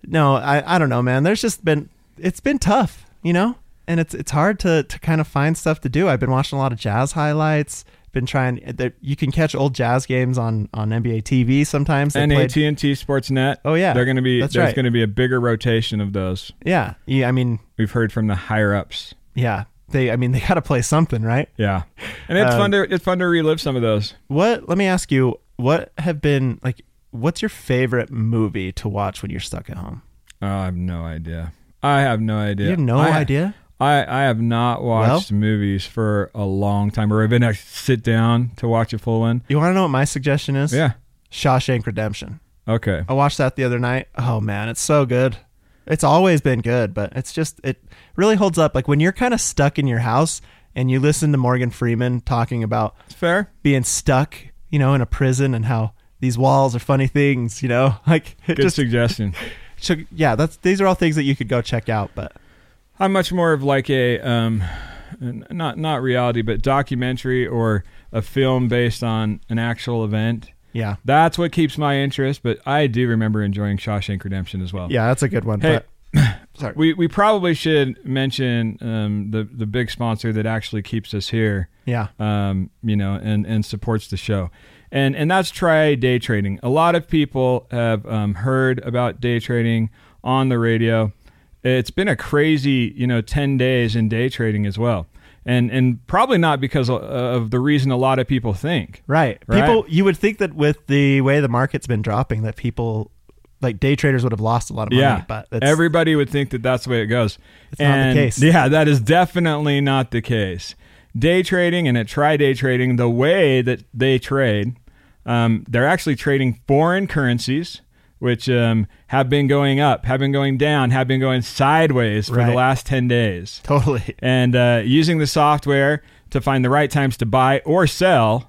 [SPEAKER 4] no, I, I don't know, man. There's just been it's been tough, you know, and it's it's hard to to kind of find stuff to do. I've been watching a lot of jazz highlights. Been trying. eh, There, you can catch old jazz games on on NBA TV sometimes. They
[SPEAKER 3] And
[SPEAKER 4] played-
[SPEAKER 3] AT and T Sportsnet.
[SPEAKER 4] Oh, yeah.
[SPEAKER 3] they're gonna be.
[SPEAKER 4] That's
[SPEAKER 3] there's
[SPEAKER 4] right.
[SPEAKER 3] gonna be a bigger rotation of those.
[SPEAKER 4] Yeah, yeah. I mean,
[SPEAKER 3] We've heard from the higher ups.
[SPEAKER 4] yeah. They, I mean, they got to play something, right?
[SPEAKER 3] Yeah, and it's fun
[SPEAKER 4] Uh,
[SPEAKER 3] to it's fun to relive some of those.
[SPEAKER 4] What? Let me ask you. What have been like? What's your favorite movie to watch when you're stuck at home?
[SPEAKER 3] Oh, I have no idea. I have no idea.
[SPEAKER 4] You have no
[SPEAKER 3] I-
[SPEAKER 4] idea?
[SPEAKER 3] I, I have not watched movies for a long time, or even I sit down to watch a full one.
[SPEAKER 4] You want to know what my suggestion is?
[SPEAKER 3] Yeah.
[SPEAKER 4] Shawshank Redemption.
[SPEAKER 3] Okay.
[SPEAKER 4] I watched that the other night. Oh man, it's so good. It's always been good, but it's just it really holds up. Like when you're kind of stuck in your house and you listen to Morgan Freeman talking about
[SPEAKER 3] Fair.
[SPEAKER 4] being stuck, you know, in a prison and how these walls are funny things, you know, like it
[SPEAKER 3] Good
[SPEAKER 4] just
[SPEAKER 3] suggestion.
[SPEAKER 4] took, yeah, that's these are all things that you could go check out. But
[SPEAKER 3] I'm much more of like a um, n- not not reality, but documentary or a film based on an actual event.
[SPEAKER 4] yeah,
[SPEAKER 3] That's what keeps my interest. But I do remember enjoying Shawshank Redemption as well.
[SPEAKER 4] yeah, that's a good one.
[SPEAKER 3] Hey,
[SPEAKER 4] but sorry,
[SPEAKER 3] We we probably should mention um, the the big sponsor that actually keeps us here.
[SPEAKER 4] yeah,
[SPEAKER 3] um, you know, and, and supports the show. And, and that's try day trading. A lot of people have um, heard about day trading on the radio. It's been a crazy, you know, 10 days in day trading as well. And, and probably not because o- of the reason a lot of people think.
[SPEAKER 4] Right.
[SPEAKER 3] Right.
[SPEAKER 4] People, you would think that with the way the market's been dropping, that people, like day traders, would have lost a lot of money.
[SPEAKER 3] Yeah,
[SPEAKER 4] But it's,
[SPEAKER 3] everybody would think that that's the way it goes. It's
[SPEAKER 4] not the case.
[SPEAKER 3] Yeah, that is definitely not the case. Day trading and at try day trading, the way that they trade, um, they're actually trading foreign currencies, which um, have been going up, have been going down, have been going sideways for the
[SPEAKER 4] Right.
[SPEAKER 3] last ten days
[SPEAKER 4] totally.
[SPEAKER 3] and uh, using the software to find the right times to buy or sell.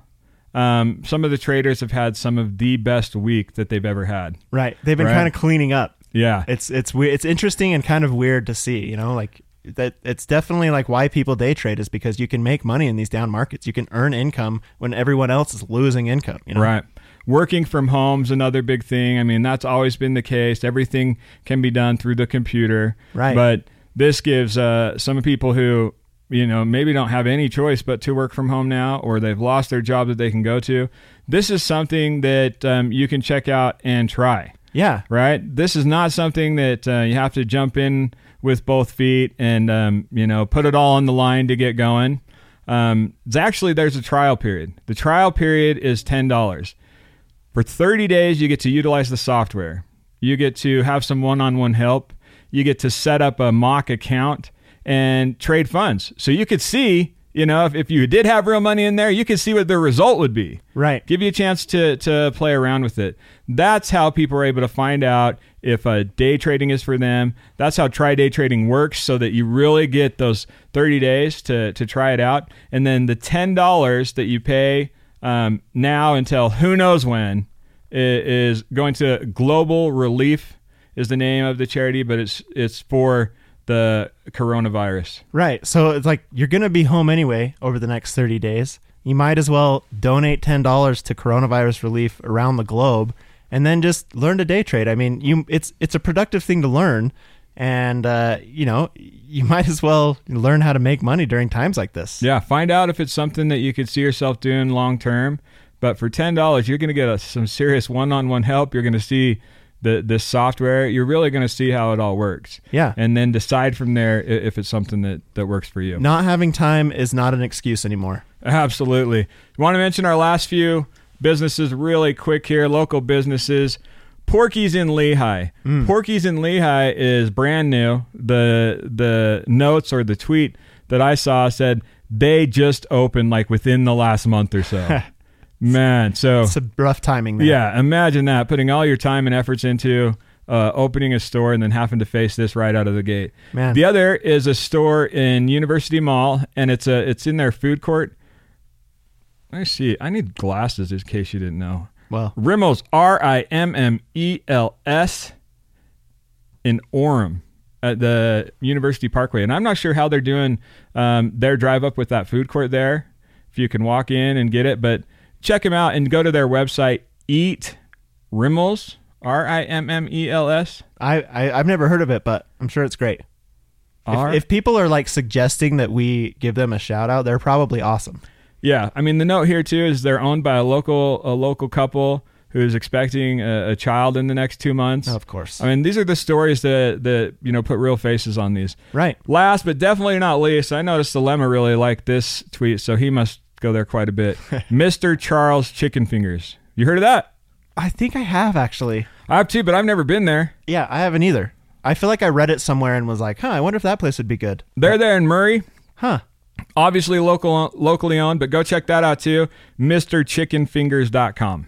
[SPEAKER 3] Um, some of the traders have had some of the best week that they've ever had.
[SPEAKER 4] Right. They've been
[SPEAKER 3] Right.
[SPEAKER 4] kind of cleaning up.
[SPEAKER 3] Yeah,
[SPEAKER 4] It's it's we- it's interesting and kind of weird to see. You know, like that. It's definitely like why people day trade is because you can make money in these down markets. You can earn income when everyone else is losing income. You know?
[SPEAKER 3] Right. Working from home's another big thing. I mean, that's always been the case. Everything can be done through the computer.
[SPEAKER 4] Right.
[SPEAKER 3] But this gives uh, some people who, you know, maybe don't have any choice but to work from home now or they've lost their job that they can go to. This is something that um, you can check out and try
[SPEAKER 4] Yeah.
[SPEAKER 3] right? This is not something that uh, you have to jump in with both feet and um, you know put it all on the line to get going. Um, it's actually there's a trial period. The trial period is ten dollars. For thirty days, you get to utilize the software. You get to have some one-on-one help. You get to set up a mock account and trade funds, so you could see. You know, if, if you did have real money in there, you could see what the result would be
[SPEAKER 4] Right.
[SPEAKER 3] give you a chance to to play around with it. That's how people are able to find out if uh, day trading is for them. That's how try day trading works, so that you really get those thirty days to to try it out, and then the ten dollars that you pay um, now until who knows when i- is going to Global Relief is the name of the charity, but it's it's for the coronavirus.
[SPEAKER 4] Right. So it's like you're going to be home anyway over the next 30 days. You might as well donate $10 to coronavirus relief around the globe and then just learn to day trade. I mean, you it's it's a productive thing to learn and uh, you know, you might as well learn how to make money during times like this.
[SPEAKER 3] Yeah, find out if it's something that you could see yourself doing long term. But for ten dollars, you're going to get a, some serious one-on-one help. You're going to see the this software. You're really going to see how it all works.
[SPEAKER 4] Yeah.
[SPEAKER 3] and then decide from there i- if it's something that that works for you.
[SPEAKER 4] Not having time is not an excuse anymore.
[SPEAKER 3] Absolutely. Want to mention our last few businesses really quick here. Local businesses. Porky's in Lehigh. Porky's in Lehigh is brand new. The the notes or the tweet that I saw said they just opened like within the last month or so. Man, so
[SPEAKER 4] It's a rough timing there.
[SPEAKER 3] yeah, imagine that putting all your time and efforts into uh, opening a store and then having to face this right out of the gate.
[SPEAKER 4] Man.
[SPEAKER 3] The other is a store in University Mall, and it's a it's in their food court. Let me see. I need glasses in case you didn't know.
[SPEAKER 4] Well,
[SPEAKER 3] Rimmel's R I M M E L S in Orem at the University Parkway. And I'm not sure how they're doing um, their drive up with that food court there, if you can walk in and get it. But check them out and go to their website, Eat Rimmel's, R I M M E L S.
[SPEAKER 4] I, I I've never heard of it, but I'm sure it's great.
[SPEAKER 3] R-
[SPEAKER 4] If people are like suggesting that we give them a shout out, they're probably awesome.
[SPEAKER 3] Yeah, I mean the note here too is they're owned by a local a local couple who is expecting a, a child in the next two months.
[SPEAKER 4] Of course.
[SPEAKER 3] I mean these are the stories that that you know put real faces on these.
[SPEAKER 4] Right.
[SPEAKER 3] Last but definitely not least, I noticed the lemma really liked this tweet, so he must go there quite a bit. Mr. Charles Chicken Fingers, you heard of that?
[SPEAKER 4] I think I have actually.
[SPEAKER 3] I've too, but I've never been there.
[SPEAKER 4] Yeah, I haven't either. I feel like I read it somewhere and was like, huh, I wonder if that place would be good.
[SPEAKER 3] They're there in Murray.
[SPEAKER 4] Huh.
[SPEAKER 3] Obviously local locally owned, but go check that out too. MrChickenFingers.com.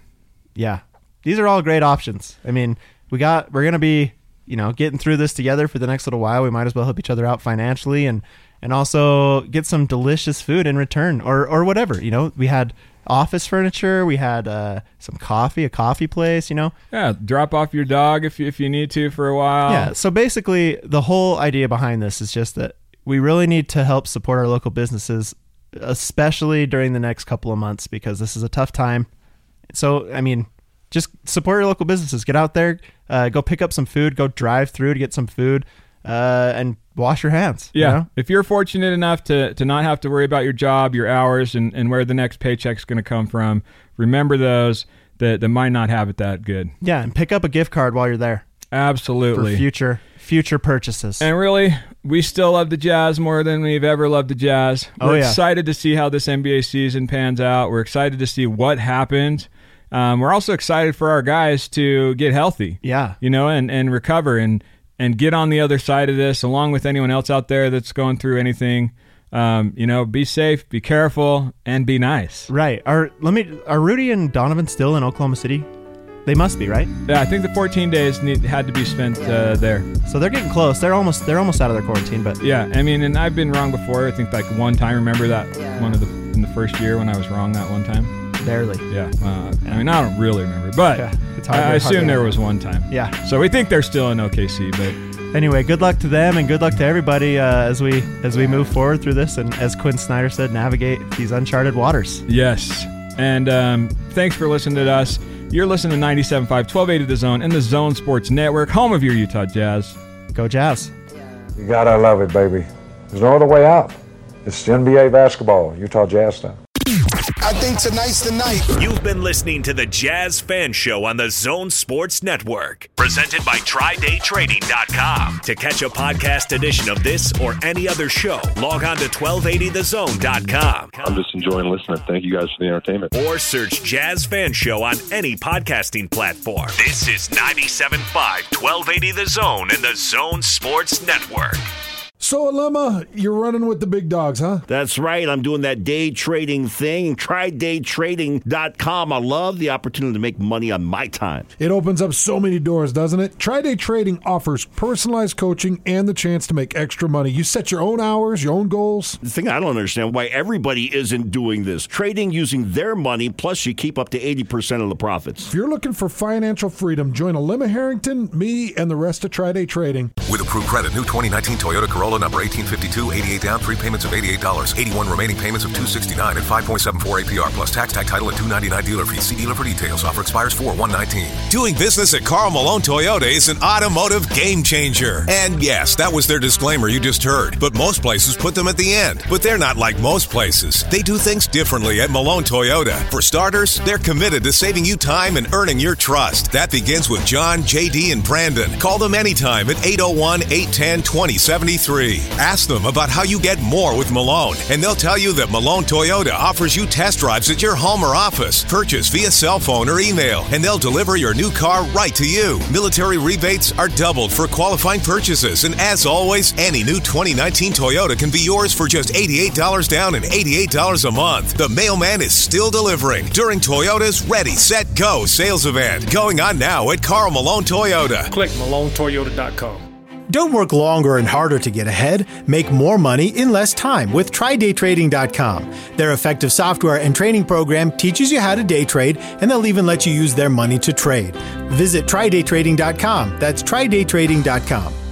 [SPEAKER 4] Yeah. These are all great options. I mean, we got we're gonna be, you know, getting through this together for the next little while. We might as well help each other out financially and and also get some delicious food in return or or whatever. You know, we had office furniture, we had uh some coffee, a coffee place, you know.
[SPEAKER 3] Yeah, drop off your dog if you, if you need to for a while.
[SPEAKER 4] Yeah. So basically, the whole idea behind this is just that we really need to help support our local businesses, especially during the next couple of months because this is a tough time. So, I mean, just support your local businesses. Get out there, uh, go pick up some food, go drive through to get some food, uh, and wash your hands. you
[SPEAKER 3] Yeah.
[SPEAKER 4] know?
[SPEAKER 3] If you're fortunate enough to, to not have to worry about your job, your hours, and, and where the next paycheck's going to come from, remember those that, that might not have it that good.
[SPEAKER 4] Yeah. And pick up a gift card while you're there for
[SPEAKER 3] Absolutely.
[SPEAKER 4] future future purchases.
[SPEAKER 3] And really, we still love the Jazz more than we've ever loved the Jazz.
[SPEAKER 4] Oh,
[SPEAKER 3] We're
[SPEAKER 4] yeah.
[SPEAKER 3] excited to see how this NBA season pans out. We're excited to see what happens. Um, we're also excited for our guys to get healthy.
[SPEAKER 4] yeah.
[SPEAKER 3] you know, and and recover and and get on the other side of this, along with anyone else out there that's going through anything. Um, you know, be safe, be careful, and be nice.
[SPEAKER 4] Right. Are let me are Rudy and Donovan still in Oklahoma City? They must be, right?
[SPEAKER 3] Yeah, I think the 14 days need, had to be spent uh, there.
[SPEAKER 4] So they're getting close. They're almost they're almost out of their quarantine, but
[SPEAKER 3] Yeah, I mean, and I've been wrong before. I think like one time. Remember that one of the in the first year when I was wrong that one time.
[SPEAKER 4] barely.
[SPEAKER 3] Yeah, uh, I mean, I don't really remember, but
[SPEAKER 4] Yeah, it's hard
[SPEAKER 3] I,
[SPEAKER 4] to-
[SPEAKER 3] I
[SPEAKER 4] hard to
[SPEAKER 3] assume there
[SPEAKER 4] remember.
[SPEAKER 3] was one time.
[SPEAKER 4] Yeah.
[SPEAKER 3] So we think they're still in OKC, but.
[SPEAKER 4] Anyway, good luck to them and good luck to everybody uh, as we as we move forward through this and as Quinn Snyder said, navigate these uncharted waters.
[SPEAKER 3] Yes. And um, thanks for listening to us. You're listening to 97.5, 1280 The Zone and the Zone Sports Network, home of your Utah Jazz.
[SPEAKER 4] Go Jazz.
[SPEAKER 5] You gotta love it, baby. There's no other way out. It's NBA basketball, Utah Jazz time.
[SPEAKER 6] I think tonight's the night.
[SPEAKER 1] You've been listening to the Jazz Fan Show on the Zone Sports Network, presented by TridayTrading.com. To catch a podcast edition of this or any other show, log on to 1280thezone.com
[SPEAKER 7] I'm just enjoying listening. Thank you guys for the entertainment.
[SPEAKER 1] or search Jazz Fan Show on any podcasting platform. This is 97.5, 1280 The Zone and the Zone Sports Network.
[SPEAKER 8] So, Alema, you're running with the big dogs, huh?
[SPEAKER 9] That's right. I'm doing that day trading thing. Try daytrading.com. I love the opportunity to make money on my time.
[SPEAKER 8] It opens up so many doors, doesn't it? Tri Day Trading offers personalized coaching and the chance to make extra money. You set your own hours, your own goals.
[SPEAKER 9] The thing I don't understand why everybody isn't doing this. Trading using their money, plus you keep up to 80% of the profits.
[SPEAKER 8] If you're looking for financial freedom, join Alema Harrington, me, and the rest of Tri Day Trading.
[SPEAKER 10] With approved credit, new 2019 Toyota Corolla number 1852, 88 down, three payments of $88, 81 remaining payments of 269 and 5.74 APR plus tax, tax title and 299 dealer fee. See dealer for details. Offer expires 4-119.
[SPEAKER 11] Doing business at Carl Malone Toyota is an automotive game changer. And yes, that was their disclaimer you just heard, but most places put them at the end. But they're not like most places. They do things differently at Malone Toyota. For starters, they're committed to saving you time and earning your trust. That oh begins with John, JD, and Brandon. Call them anytime at 801 810 2073. free. Ask them about how you get more with Malone, and they'll tell you that Malone Toyota offers you test drives at your home or office. Purchase via cell phone or email, and they'll deliver your new car right to you. Military rebates are doubled for qualifying purchases, and as always, any new 2019 Toyota can be yours for just $88 down and $88 a month. The mailman is still delivering during Toyota's Ready, Set, Go sales event going on now at Carl Malone Toyota.
[SPEAKER 12] Click MaloneToyota.com.
[SPEAKER 4] Don't work longer and harder to get ahead. Make more money in less time with TryDayTrading.com. Their effective software and training program teaches you how to day trade, and they'll even let you use their money to trade. Visit TryDayTrading.com. That's TryDayTrading.com.